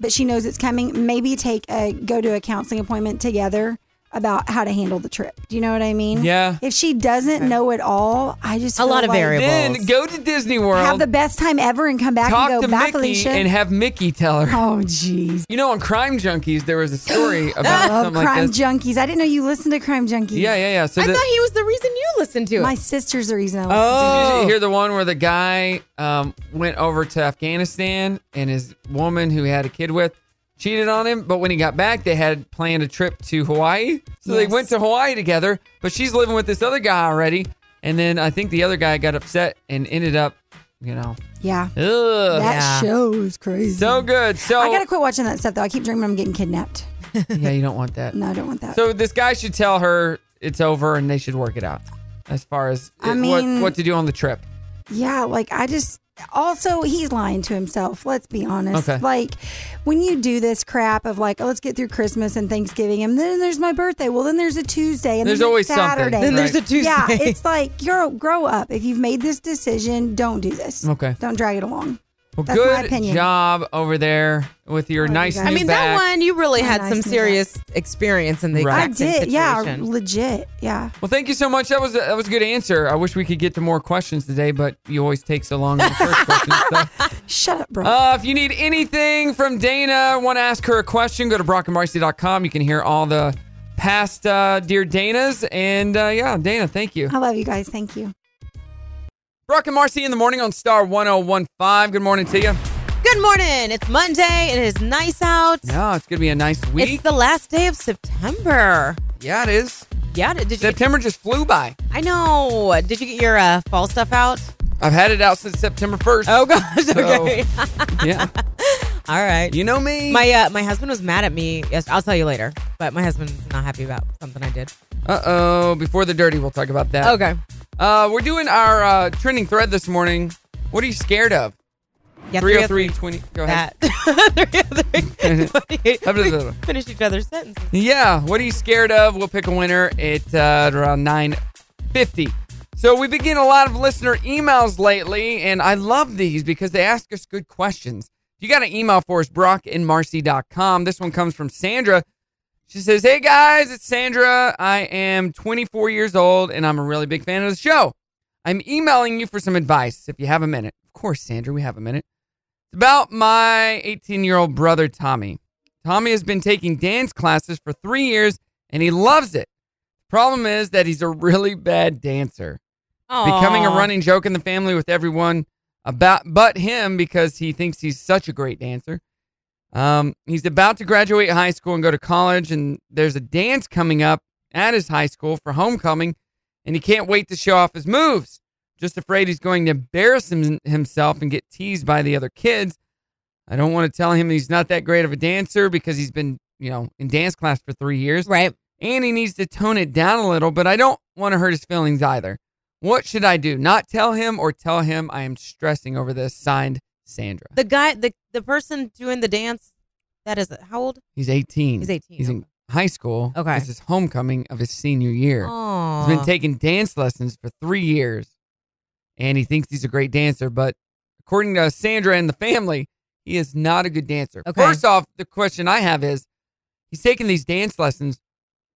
Speaker 12: but she knows it's coming, maybe take a go to a counseling appointment together about how to handle the trip. Do you know what I mean?
Speaker 7: Yeah.
Speaker 12: If she doesn't know at all, I just
Speaker 8: A
Speaker 12: feel
Speaker 8: lot of
Speaker 12: like-
Speaker 7: Then go to Disney World.
Speaker 12: have the best time ever and come back
Speaker 7: talk
Speaker 12: and
Speaker 7: to
Speaker 12: go back,
Speaker 7: Mickey
Speaker 12: Alicia.
Speaker 7: and have Mickey tell her.
Speaker 12: Oh, jeez.
Speaker 7: You know, on Crime Junkies, there was a story about
Speaker 12: I love
Speaker 7: something like
Speaker 12: Crime
Speaker 7: this.
Speaker 12: Junkies. I didn't know you listened to Crime Junkies.
Speaker 7: Yeah, yeah, yeah. So the-
Speaker 8: he was the reason you listened to it. Oh.
Speaker 12: My sister's the reason I listened
Speaker 7: Did
Speaker 12: to
Speaker 7: you
Speaker 12: it.
Speaker 7: hear the one where the guy um, went over to Afghanistan and his woman who he had a kid with cheated on him? But when he got back, they had planned a trip to Hawaii. So they
Speaker 14: Yes.
Speaker 7: went to Hawaii together, but she's living with this other guy already. And then I think the other guy got upset and ended up, you know.
Speaker 12: Yeah.
Speaker 7: Ugh.
Speaker 12: That show is crazy.
Speaker 7: So good. So
Speaker 12: I gotta quit watching that stuff though. I keep dreaming I'm getting kidnapped.
Speaker 7: yeah, you don't want that.
Speaker 12: No, I don't want that.
Speaker 7: So this guy should tell her it's over and they should work it out as far as
Speaker 12: I
Speaker 7: it-
Speaker 12: mean-
Speaker 7: what, what to do on the trip.
Speaker 12: yeah, like I just also he's lying to himself. Let's be honest.
Speaker 7: Okay.
Speaker 12: Like when you do this crap of like, oh, let's get through Christmas and Thanksgiving, and then there's my birthday. Well, then there's a Tuesday, and
Speaker 7: There's
Speaker 12: then
Speaker 7: always
Speaker 12: it's
Speaker 7: something,
Speaker 12: Saturday.
Speaker 7: Then there's right. a Tuesday.
Speaker 12: Yeah, it's like you're grow up. If you've made this decision, don't do this.
Speaker 7: Okay.
Speaker 12: Don't drag it along.
Speaker 7: Well,
Speaker 12: That's
Speaker 7: good
Speaker 12: my opinion. Oh,
Speaker 7: job over there with your nice
Speaker 12: guys.
Speaker 7: new
Speaker 8: I mean,
Speaker 7: bag.
Speaker 8: that one you really
Speaker 12: My
Speaker 8: had
Speaker 12: nice
Speaker 8: some
Speaker 12: new bag.
Speaker 8: serious experience in the
Speaker 7: Right.
Speaker 12: I
Speaker 8: exact same
Speaker 12: did. Yeah,
Speaker 8: situation.
Speaker 12: legit. Yeah.
Speaker 7: Well, thank you so much. That was a, that was a good answer. I wish we could get to more questions today, but you always take so long. on the first question, so.
Speaker 12: Shut up, bro.
Speaker 7: Uh, if you need anything from Dana, want to ask her a question, go to brockandmarcy.com. You can hear all the past uh, Dear Danas. And uh, yeah, Dana, thank you.
Speaker 12: I love you guys. Thank you.
Speaker 7: Brock and Marcy in the morning on Star 1015. Good morning to you.
Speaker 8: Good morning. It's Monday and it is nice out.
Speaker 7: Yeah, it's going to be a nice week.
Speaker 8: It's the last day of September.
Speaker 7: yeah, it is.
Speaker 8: Yeah, did you get-
Speaker 7: September just flew by.
Speaker 8: I know. Did you get your uh, fall stuff out?
Speaker 7: I've had it out since September 1st.
Speaker 8: Oh gosh. Okay.
Speaker 7: yeah.
Speaker 8: All right.
Speaker 7: You know me.
Speaker 8: My uh, my husband was mad at me. Yes, I'll tell you later. But my husband's not happy about something I did.
Speaker 7: Uh oh. Before the dirty, we'll talk about that.
Speaker 8: Okay.
Speaker 7: Uh, we're doing our uh, trending thread this morning. What are you scared of?
Speaker 8: Yeah,
Speaker 7: 303 Go ahead.
Speaker 8: Finish each other's sentences.
Speaker 7: yeah. What are you scared of? We'll pick a winner at uh, around 950. So we've been getting a lot of listener emails lately, and I love these because they ask us good questions. If you got an email for us, brockandmarcy.com. This one comes from Sandra. She says, Hey guys, it's Sandra. I am 24 years old and I'm a really big fan of the show. I'm emailing you for some advice if you have a minute. Of course, Sandra, we have a minute. It's about my 18 year old brother, Tommy. Tommy has been taking dance classes for three years and he loves it. Problem is that he's a really bad dancer.
Speaker 8: Aw.
Speaker 7: Becoming a running joke in the family with everyone about but him because he thinks he's such a great dancer. Um, he's about to graduate high school and go to college, and there's a dance coming up at his high school for homecoming, and he can't wait to show off his moves. Just afraid he's going to embarrass him, himself and get teased by the other kids. I don't want to tell him he's not that great of a dancer because he's been, you know, in dance class for three years.
Speaker 8: Right.
Speaker 7: And he needs to tone it down a little, but I don't want to hurt his feelings either. What should I do? Not tell him or tell him I am stressing over this? Signed, Sandra.
Speaker 8: The guy, the the person doing the dance, that is how old?
Speaker 7: He's 18.
Speaker 8: He's 18,
Speaker 7: He's in high school.
Speaker 8: Okay.
Speaker 7: This is homecoming of his senior year.
Speaker 8: Aw.
Speaker 7: He's been taking dance lessons for three years and he thinks he's a great dancer, but according to Sandra and the family, he is not a good dancer.
Speaker 8: Okay.
Speaker 7: First off, the question I have is he's taking these dance lessons.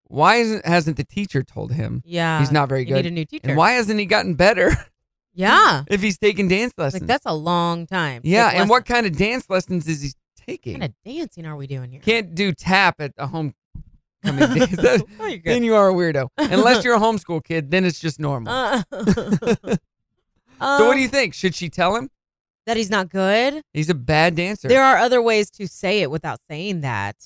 Speaker 7: Why isn't, hasn't the teacher told him
Speaker 8: Yeah,
Speaker 7: he's not very
Speaker 8: Uh, you
Speaker 7: good?
Speaker 8: need a new teacher.
Speaker 7: And why hasn't he gotten better
Speaker 8: Yeah.
Speaker 7: if he's taking dance lessons?
Speaker 8: Like that's a long time. to
Speaker 7: yeah,
Speaker 8: take
Speaker 7: and what kind of dance lessons is he taking?
Speaker 8: lessons. what kind of dancing are we doing here?
Speaker 7: can't do tap at a homecoming dance. That-
Speaker 8: you go.
Speaker 7: then you are a weirdo. Unless you're a homeschool kid, then it's just normal.
Speaker 8: Uh,
Speaker 7: so what
Speaker 8: um,
Speaker 7: do you think? Should she tell him
Speaker 8: That he's not good.
Speaker 7: he's a bad dancer?
Speaker 8: There are other ways to say it without saying that,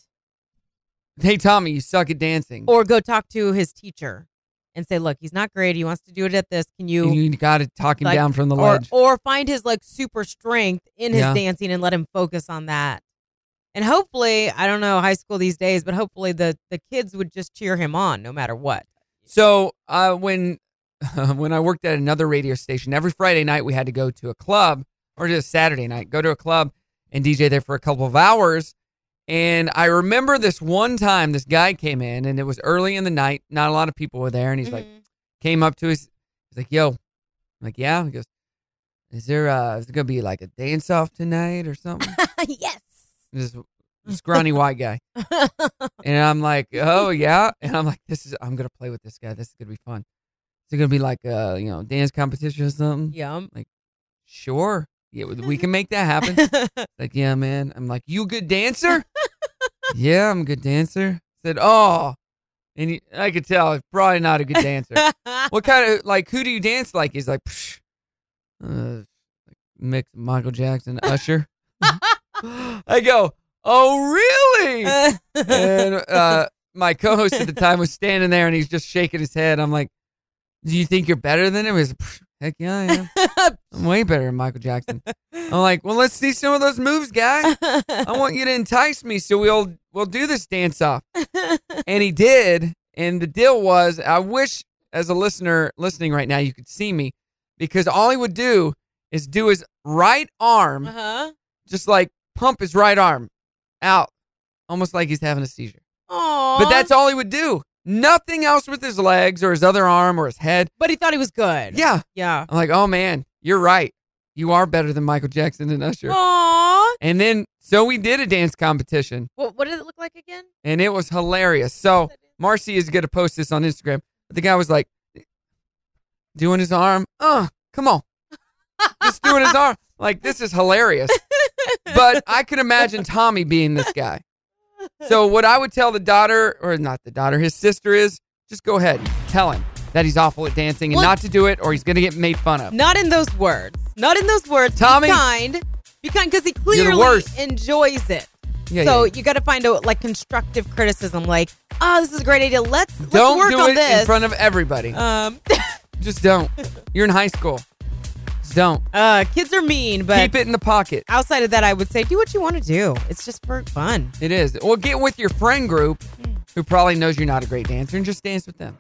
Speaker 7: hey Tommy, you suck at dancing.
Speaker 8: or go talk to his teacher and say, "Look, he's not great. He wants to do it at this. Can you?"
Speaker 7: you, got to talk him
Speaker 8: like,
Speaker 7: down from the
Speaker 8: or,
Speaker 7: ledge.
Speaker 8: or find his like super strength in his
Speaker 7: Yeah.
Speaker 8: dancing and let him focus on that and hopefully i don't know high school these days but hopefully the the kids would just cheer him on no matter what
Speaker 7: So uh, when when I worked at another radio station, every Friday night we had to go to a club, or just Saturday night, go to a club and DJ there for a couple of hours. And I remember this one time, this guy came in, and it was early in the night. Not a lot of people were there, and he's like, came up to us, he's like, "Yo," I'm like, "Yeah." He goes, "Is there uh, is there gonna be like a dance off tonight or something?"
Speaker 8: yes
Speaker 7: this scrawny white guy. And I'm like, oh yeah. And I'm like, this is I'm gonna play with this guy. This is gonna be fun. Is it gonna be like a you know dance competition or something?
Speaker 8: Yum.
Speaker 7: Like, sure. Yeah, we can make that happen. like, yeah, man. I'm like, you a good dancer? yeah, I'm a good dancer. Said, oh, and he, I could tell he's probably not a good dancer. what kind of like who do you dance like? He's like, Psh, uh, Mick, Michael Jackson, Usher. I go, oh really? and uh, my co-host at the time was standing there, and he's just shaking his head. I'm like, do you think you're better than him? He's, "Pff, heck yeah, I am. I'm way better than Michael Jackson. I'm like, well, let's see some of those moves, guy. I want you to entice me, so we'll we'll do this dance off. and he did. And the deal was, I wish as a listener listening right now, you could see me because all he would do is do his right arm
Speaker 8: uh-huh
Speaker 7: just like pump his right arm out, almost like he's having a seizure. But that's all he would do. Nothing else with his legs or his other arm or his head.
Speaker 8: but he thought he was good
Speaker 7: Yeah.
Speaker 8: yeah
Speaker 7: I'm like, oh man, you're right. You are better than Michael Jackson and Usher.
Speaker 8: Aw.
Speaker 7: And then, so we did a dance competition
Speaker 8: What, what did it look like again
Speaker 7: and it was hilarious. So Marcy is going to post this on Instagram. But the guy was like, doing his arm. Uh, come on. Just doing his arm. Like, this is hilarious. But I could imagine Tommy being this guy. So, what I would tell the daughter, or not the daughter, his sister is just go ahead, tell him that he's awful at dancing and
Speaker 8: Well-
Speaker 7: not to do it, or he's going to get made fun of.
Speaker 8: not in those words not in those words
Speaker 7: Tommy.
Speaker 8: be kind be kind because he clearly
Speaker 7: worst.
Speaker 8: enjoys it
Speaker 7: Yeah,
Speaker 8: so
Speaker 7: yeah,
Speaker 8: you got to find out like constructive criticism like oh this is a great idea let's let's
Speaker 7: Don't
Speaker 8: work
Speaker 7: do
Speaker 8: on
Speaker 7: it
Speaker 8: this
Speaker 7: in front of everybody.
Speaker 8: Um,
Speaker 7: just don't. You're in high school. Just don't.
Speaker 8: uh, kids are mean, but
Speaker 7: Keep it in the pocket.
Speaker 8: outside of that, I would say do what you want to do. It's just for fun.
Speaker 7: It is. Well, get with your friend group who probably knows you're not a great dancer and just dance with them.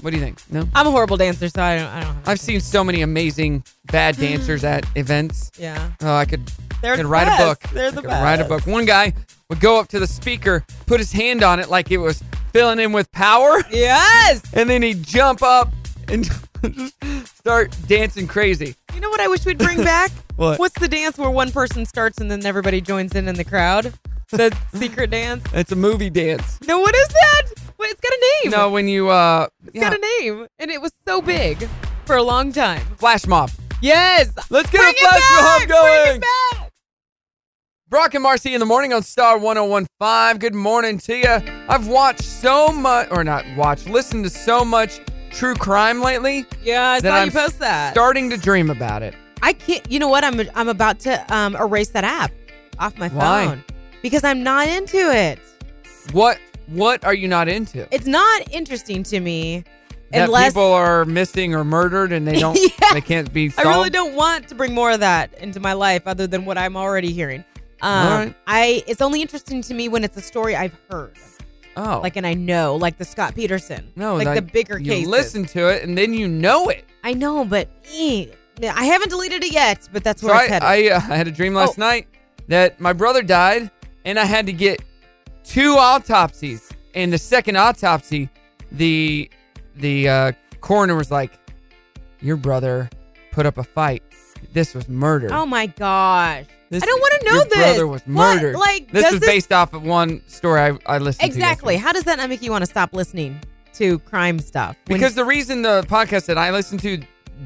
Speaker 7: what do you think? No?
Speaker 8: I'm a horrible dancer, so I don't. I don't. Have,
Speaker 7: I've seen so many amazing bad dancers at events.
Speaker 8: yeah.
Speaker 7: Oh, I could,
Speaker 8: Mm. They're
Speaker 7: could write
Speaker 8: the
Speaker 7: a book.
Speaker 8: best. They're
Speaker 7: I
Speaker 8: the
Speaker 7: could Write a
Speaker 8: best.
Speaker 7: book. One guy would go up to the speaker, put his hand on it like it was filling in with power,
Speaker 8: Yes.
Speaker 7: and then he'd jump up and just start dancing crazy.
Speaker 8: You know what I wish we'd bring back?
Speaker 7: What?
Speaker 8: What's the dance where one person starts and then everybody joins in in the crowd? The secret dance.
Speaker 7: It's a movie dance.
Speaker 8: No, what is that? Wait, it's got a name.
Speaker 7: No, when you uh
Speaker 8: It's got a name, and it was so big for a long time.
Speaker 7: flash mob.
Speaker 8: Yes,
Speaker 7: Let's get
Speaker 8: Bring
Speaker 7: a flash mob
Speaker 8: it back!
Speaker 7: going.
Speaker 8: Bring it back!
Speaker 7: Brock and Marcy in the morning on Star 1015. Good morning to you. I've watched so much, or not watched, listened to so much true crime lately.
Speaker 8: Yeah, I
Speaker 7: that
Speaker 8: saw
Speaker 7: I'm
Speaker 8: you post that.
Speaker 7: Starting to dream about it.
Speaker 8: I can't. You know what? I'm I'm about to um, erase that app off my
Speaker 7: Why?
Speaker 8: phone because I'm not into it.
Speaker 7: What What are you not into?
Speaker 8: It's not interesting to me
Speaker 7: that
Speaker 8: unless
Speaker 7: people are missing or murdered and they don't,
Speaker 8: Yes.
Speaker 7: they can't be solved.
Speaker 8: I really don't want to bring more of that into my life other than what I'm already hearing. Um,
Speaker 7: All right.
Speaker 8: I it's only interesting to me when it's a story I've heard,
Speaker 7: Oh,
Speaker 8: like and I know, like the Scott Peterson,
Speaker 7: no,
Speaker 8: like,
Speaker 7: that-
Speaker 8: the bigger
Speaker 7: you
Speaker 8: cases.
Speaker 7: Listen to it and then you know it.
Speaker 8: I know, but eh, I haven't deleted it yet. But that's
Speaker 7: So
Speaker 8: where
Speaker 7: I,
Speaker 8: it's headed. Oh.
Speaker 7: I, uh, I had a dream last night that my brother died, and I had to get two autopsies. And the second autopsy, the the uh, coroner was like, "Your brother put up a fight. This was murder.
Speaker 8: oh my gosh!
Speaker 7: This-
Speaker 8: I don't want to know
Speaker 7: your
Speaker 8: this.
Speaker 7: brother was
Speaker 8: What?
Speaker 7: murdered.
Speaker 8: Like
Speaker 7: this
Speaker 8: does
Speaker 7: was based off of one story I, I listened to.
Speaker 8: exactly.
Speaker 7: yesterday.
Speaker 8: How does that not make you want to stop listening to crime stuff? When-
Speaker 7: Because the reason the podcast that I listen to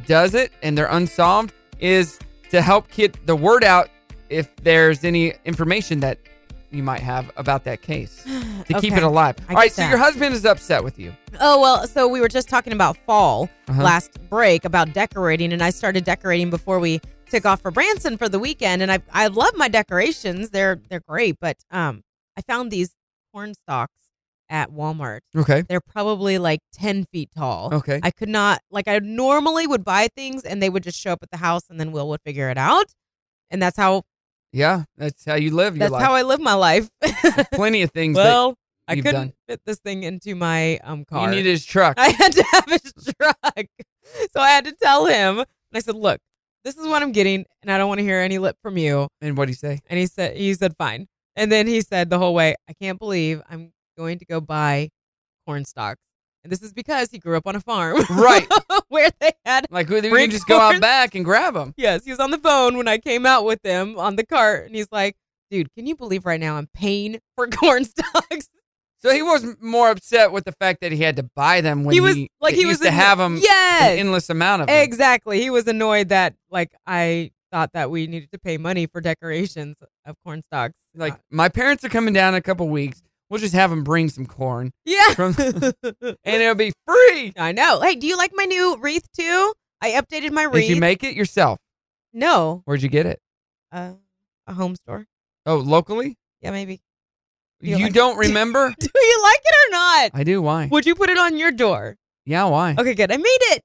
Speaker 7: does it and they're unsolved is to help get the word out if there's any information that you might have about that case to keep
Speaker 8: Okay.
Speaker 7: it alive.
Speaker 8: I
Speaker 7: All right,
Speaker 8: get
Speaker 7: so
Speaker 8: that.
Speaker 7: your husband is upset with you.
Speaker 8: Oh, well, so we were just talking about fall
Speaker 7: Uh-huh.
Speaker 8: last break about decorating, and I started decorating before we took off for Branson for the weekend. And I I love my decorations; they're they're great. But um, I found these corn stalks at Walmart.
Speaker 7: Okay.
Speaker 8: They're probably like ten feet tall.
Speaker 7: Okay.
Speaker 8: I could not like I normally would buy things, and they would just show up at the house, and then Will would figure it out. And that's how
Speaker 7: Yeah, that's how you live your
Speaker 8: that's
Speaker 7: life.
Speaker 8: how I live my life.
Speaker 7: Plenty of things
Speaker 8: well,
Speaker 7: that
Speaker 8: I
Speaker 7: you've
Speaker 8: couldn't
Speaker 7: done.
Speaker 8: fit this thing into my um
Speaker 7: You
Speaker 8: car.
Speaker 7: need his truck.
Speaker 8: I had to have his truck. So I had to tell him. And I said, look, this is what I'm getting, and I don't want to hear any lip from you.
Speaker 7: and what'd he say?
Speaker 8: And he said, he said, fine. And then he said the whole way, I can't believe I'm going to go buy corn stalks. And this is because he grew up on a farm
Speaker 7: Right.
Speaker 8: where they had,
Speaker 7: Like, we we
Speaker 8: Bring
Speaker 7: can just go out
Speaker 8: forth-
Speaker 7: back and grab him.
Speaker 8: yes, he was on the phone when I came out with them on the cart. And he's like, dude, can you believe right now I'm paying for corn stalks?
Speaker 7: So he was more upset with the fact that he had to buy them when
Speaker 8: he was like,
Speaker 7: it
Speaker 8: he was
Speaker 7: used to
Speaker 8: in-
Speaker 7: have them
Speaker 8: Yes.
Speaker 7: an endless amount of them.
Speaker 8: Exactly. He was annoyed that like I thought that we needed to pay money for decorations of corn stalks.
Speaker 7: like
Speaker 8: Uh,
Speaker 7: my parents are coming down in a couple weeks. We'll just have them bring some corn,
Speaker 8: yeah.
Speaker 7: from- and it'll be free.
Speaker 8: I know. Hey, do you like my new wreath too? I updated my
Speaker 7: Did
Speaker 8: wreath.
Speaker 7: you make it yourself?
Speaker 8: no,
Speaker 7: Where'd you get it?
Speaker 8: uh, a home store.
Speaker 7: Oh, locally.
Speaker 8: Yeah, maybe. Do
Speaker 7: You,
Speaker 8: you like-
Speaker 7: don't remember?
Speaker 8: Do you like it or not?
Speaker 7: I do. Why?
Speaker 8: Would you put it on your door?
Speaker 7: Yeah, why?
Speaker 8: Okay, good. I made it.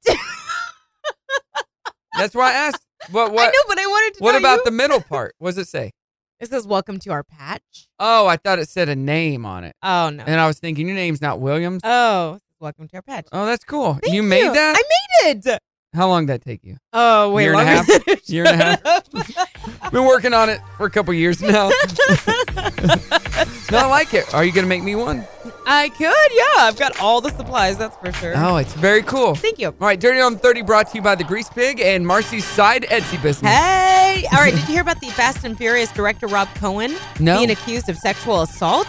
Speaker 7: That's why I asked. What?
Speaker 8: I
Speaker 7: What?
Speaker 8: know, but I wanted to.
Speaker 7: What
Speaker 8: know
Speaker 7: about
Speaker 8: you.
Speaker 7: the middle part? What does it say?
Speaker 8: It says "Welcome to our patch."
Speaker 7: Oh, I thought it said a name on it,
Speaker 8: Oh no.
Speaker 7: and I was thinking your name's not Williams.
Speaker 8: oh, welcome to our patch.
Speaker 7: Oh, that's cool.
Speaker 8: Thank
Speaker 7: you made that.
Speaker 8: I made it.
Speaker 7: How long did that take you?
Speaker 8: Oh, wait,
Speaker 7: Year and a half? Year and a half? Been working on it for a couple years now. no, I like it. Are you gonna make me one?
Speaker 8: I could, yeah. I've got all the supplies, that's for sure.
Speaker 7: Oh, it's very cool.
Speaker 8: Thank you.
Speaker 7: All right, Dirty on 30 brought to you by the Grease Pig and Marcy's Side Etsy business.
Speaker 8: Hey! All right, did you hear about the Fast and Furious director Rob Cohen
Speaker 7: No.
Speaker 8: being accused of sexual assault?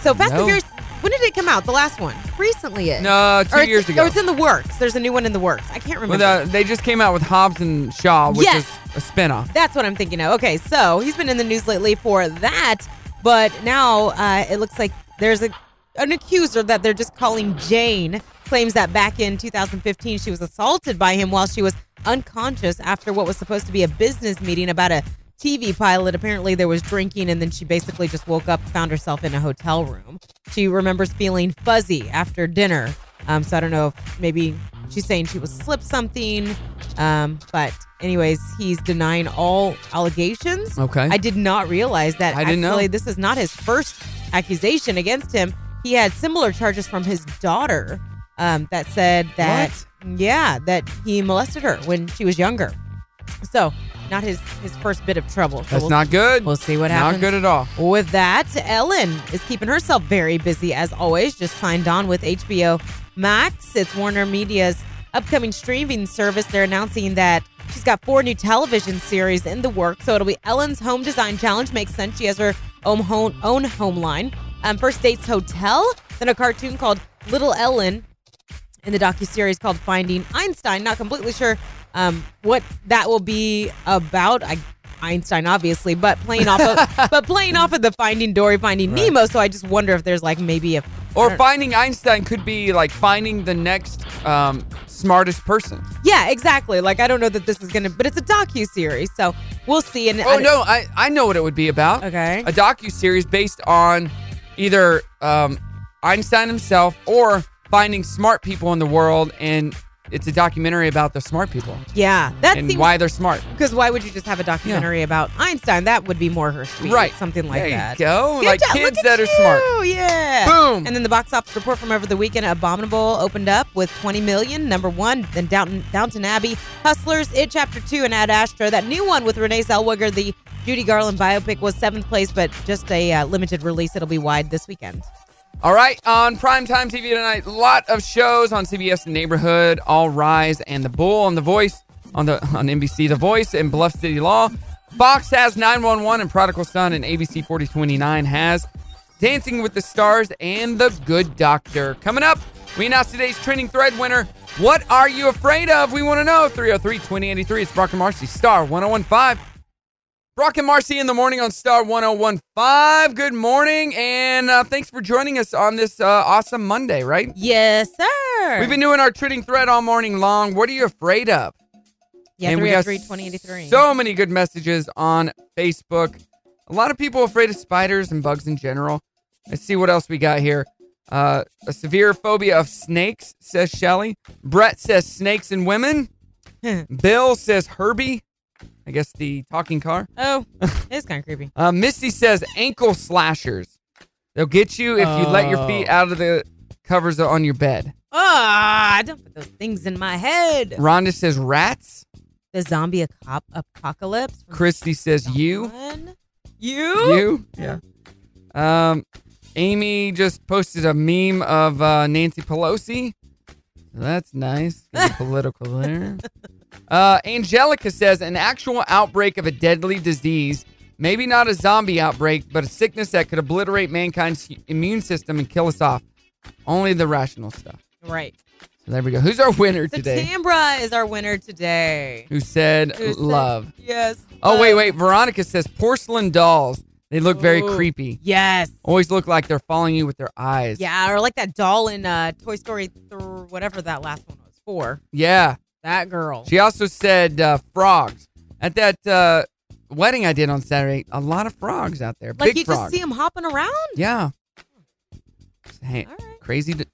Speaker 8: So, Fast
Speaker 7: No.
Speaker 8: and Furious, when did it come out? The last one? Recently, it.
Speaker 7: No,
Speaker 8: or
Speaker 7: two
Speaker 8: it's-
Speaker 7: years
Speaker 8: Or
Speaker 7: ago.
Speaker 8: it's in the works. There's a new one in the works. I can't remember.
Speaker 7: With, uh, they just came out with Hobbs and Shaw, which
Speaker 8: Yes.
Speaker 7: is a spinoff.
Speaker 8: That's what I'm thinking of. Okay, so he's been in the news lately for that, but now uh, it looks like there's a an accuser that they're just calling Jane claims that back in 2015 she was assaulted by him while she was unconscious after what was supposed to be a business meeting about a TV pilot. Apparently there was drinking and then she basically just woke up, found herself in a hotel room. She remembers feeling fuzzy after dinner. Um, so I don't know if maybe she's saying she was slipped something. Um, but anyways, he's denying all allegations.
Speaker 7: Okay.
Speaker 8: I did not realize that.
Speaker 7: I didn't know.
Speaker 8: actually This is not his first accusation against him. He had similar charges from his daughter um, that said that yeah that he molested her when she was younger. So not his his first bit of trouble. So
Speaker 7: That's
Speaker 8: we'll-
Speaker 7: not good.
Speaker 8: We'll see what
Speaker 7: not
Speaker 8: happens.
Speaker 7: good at all.
Speaker 8: With that, Ellen is keeping herself very busy as always. Just signed on with HBO Max. It's Warner Media's upcoming streaming service. They're announcing that she's got four new television series in the works. So it'll be Ellen's Home Design Challenge. Makes sense. She has her own home, own home line, um, First Dates Hotel, then a cartoon called Little Ellen, in the docuseries called Finding Einstein. Not completely sure um, what that will be about. I, Einstein, obviously, but playing off of but playing off of the Finding Dory, Finding Nemo. So I just wonder if there's like maybe a
Speaker 7: Or finding Einstein could be like finding the next um, smartest person.
Speaker 8: yeah, exactly. Like I don't know that this is gonna, but it's a docu series, so we'll see. And
Speaker 7: Oh no, I, I know what it would be about.
Speaker 8: Okay.
Speaker 7: A docu series based on either um, Einstein himself or finding smart people in the world, and it's a documentary about the smart people
Speaker 8: yeah, that
Speaker 7: and
Speaker 8: seems
Speaker 7: why they're smart.
Speaker 8: because why would you just have a documentary about Einstein? That would be more her speed,
Speaker 7: Right.
Speaker 8: Something like
Speaker 7: There you
Speaker 8: that.
Speaker 7: go.
Speaker 8: Good
Speaker 7: Like
Speaker 8: job.
Speaker 7: kids
Speaker 8: Look at
Speaker 7: that are smart.
Speaker 8: you. yeah. Boom. And then the box office report from over the weekend: Abominable opened up with 20 million, number one. Then Downton, Downton Abbey, Hustlers, It Chapter Two, and Ad Astra. That new one with Renee Zellweger, the Judy Garland biopic, was seventh place, but just a uh, limited release. It'll be wide this weekend.
Speaker 7: All right, on primetime TV tonight, lot of shows on CBS Neighborhood, All Rise, and The Bull on The Voice, on the on NBC The Voice, and Bluff City Law. Fox has 911 and Prodigal Son, and ABC 4029 has Dancing with the Stars and The Good Doctor. Coming up, we announce today's trending thread winner. What are you afraid of? We want to know. 303 2083. It's Brock and Marcy, Star 1015. Brock and Marcy in the morning on Star 1015. Good morning, and uh, thanks for joining us on this uh, awesome Monday, right?
Speaker 8: Yes, sir.
Speaker 7: We've been doing our trending thread all morning long. What are you afraid of?
Speaker 8: Yeah,
Speaker 7: And we got
Speaker 8: 303 2083.
Speaker 7: So many good messages on Facebook. A lot of people afraid of spiders and bugs in general. Let's see what else we got here. Uh, a severe phobia of snakes, says Shelly. Brett says snakes and women. Bill says Herbie. I guess the talking car.
Speaker 8: Oh, it's kind of creepy.
Speaker 7: Uh, Misty says ankle slashers. They'll get you if you let your
Speaker 8: Oh.
Speaker 7: feet out of the covers on your bed.
Speaker 8: Ah, don't put those things in my head.
Speaker 7: Rhonda says rats.
Speaker 8: The zombie acop- apocalypse.
Speaker 7: Christy says you.
Speaker 8: You?
Speaker 7: You? Yeah. Um, Amy just posted a meme of uh, Nancy Pelosi. That's nice. Gonna be political there. Uh, Angelica says an actual outbreak of a deadly disease. Maybe not a zombie outbreak, but a sickness that could obliterate mankind's hu- immune system and kill us off. Only the rational stuff.
Speaker 8: Right.
Speaker 7: So there we go. Who's our winner today?
Speaker 8: Tambra is our winner today.
Speaker 7: Who said
Speaker 8: Who said-
Speaker 7: love?
Speaker 8: Yes. uh,
Speaker 7: Oh, wait,
Speaker 8: love.
Speaker 7: wait. Veronica says porcelain dolls. They look very
Speaker 8: Ooh,
Speaker 7: creepy.
Speaker 8: Yes.
Speaker 7: Always look like they're following you with their eyes.
Speaker 8: Yeah, or like that doll in uh, Toy Story, th- whatever that last one was. Four.
Speaker 7: Yeah.
Speaker 8: That girl.
Speaker 7: She also said uh, frogs. At that uh, wedding I did on Saturday, a lot of frogs out there.
Speaker 8: like
Speaker 7: Big
Speaker 8: you
Speaker 7: frogs.
Speaker 8: just see him hopping around.
Speaker 7: Yeah. Hey, Crazy d-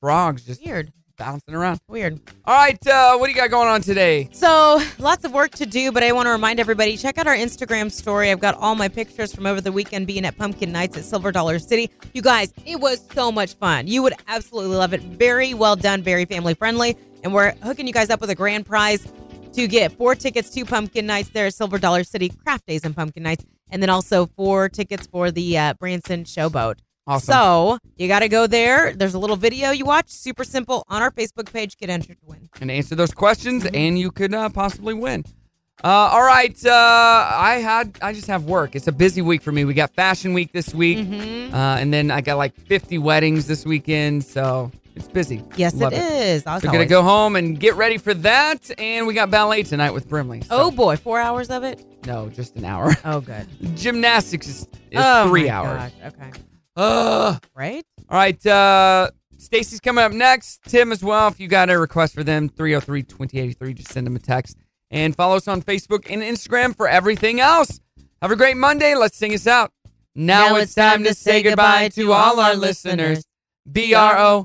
Speaker 7: frogs just
Speaker 8: Weird.
Speaker 7: bouncing around.
Speaker 8: Weird.
Speaker 7: All right, uh, what do you got going on today?
Speaker 8: So lots of work to do, but I want to remind everybody check out our Instagram story. I've got all my pictures from over the weekend being at Pumpkin Nights at Silver Dollar City. You guys, it was so much fun. You would absolutely love it. Very well done, very family friendly. And we're hooking you guys up with a grand prize to get four tickets to Pumpkin Nights there at Silver Dollar City, Craft Days and Pumpkin Nights, and then also four tickets for the uh, Branson Showboat.
Speaker 7: Awesome.
Speaker 8: So you got to go there. There's a little video you watch, super simple, on our Facebook page. Get entered to win.
Speaker 7: And answer those questions,
Speaker 8: Mm-hmm.
Speaker 7: and you could uh, possibly win. Uh, all right, uh, I had I just have work. It's a busy week for me. We got Fashion Week this week,
Speaker 8: Mm-hmm.
Speaker 7: uh, and then I got like 50 weddings this weekend, so it's busy.
Speaker 8: Yes,
Speaker 7: Love
Speaker 8: it is.
Speaker 7: We're
Speaker 8: As
Speaker 7: gonna
Speaker 8: always.
Speaker 7: go home and get ready for that, and we got ballet tonight with Brimley. so-
Speaker 8: Oh boy, four hours of it.
Speaker 7: no, just an hour.
Speaker 8: Oh, good.
Speaker 7: Gymnastics is, is
Speaker 8: Oh,
Speaker 7: three
Speaker 8: my
Speaker 7: hours.
Speaker 8: gosh, Okay.
Speaker 7: Ugh.
Speaker 8: Right?
Speaker 7: All right. Uh, Stacy's coming up next. Tim as well. If you got a request for them, 303 2083, just send them a text. And follow us on Facebook and Instagram for everything else. Have a great Monday. Let's sing us out. Now, it's, time, to say goodbye to all our listeners. B R O,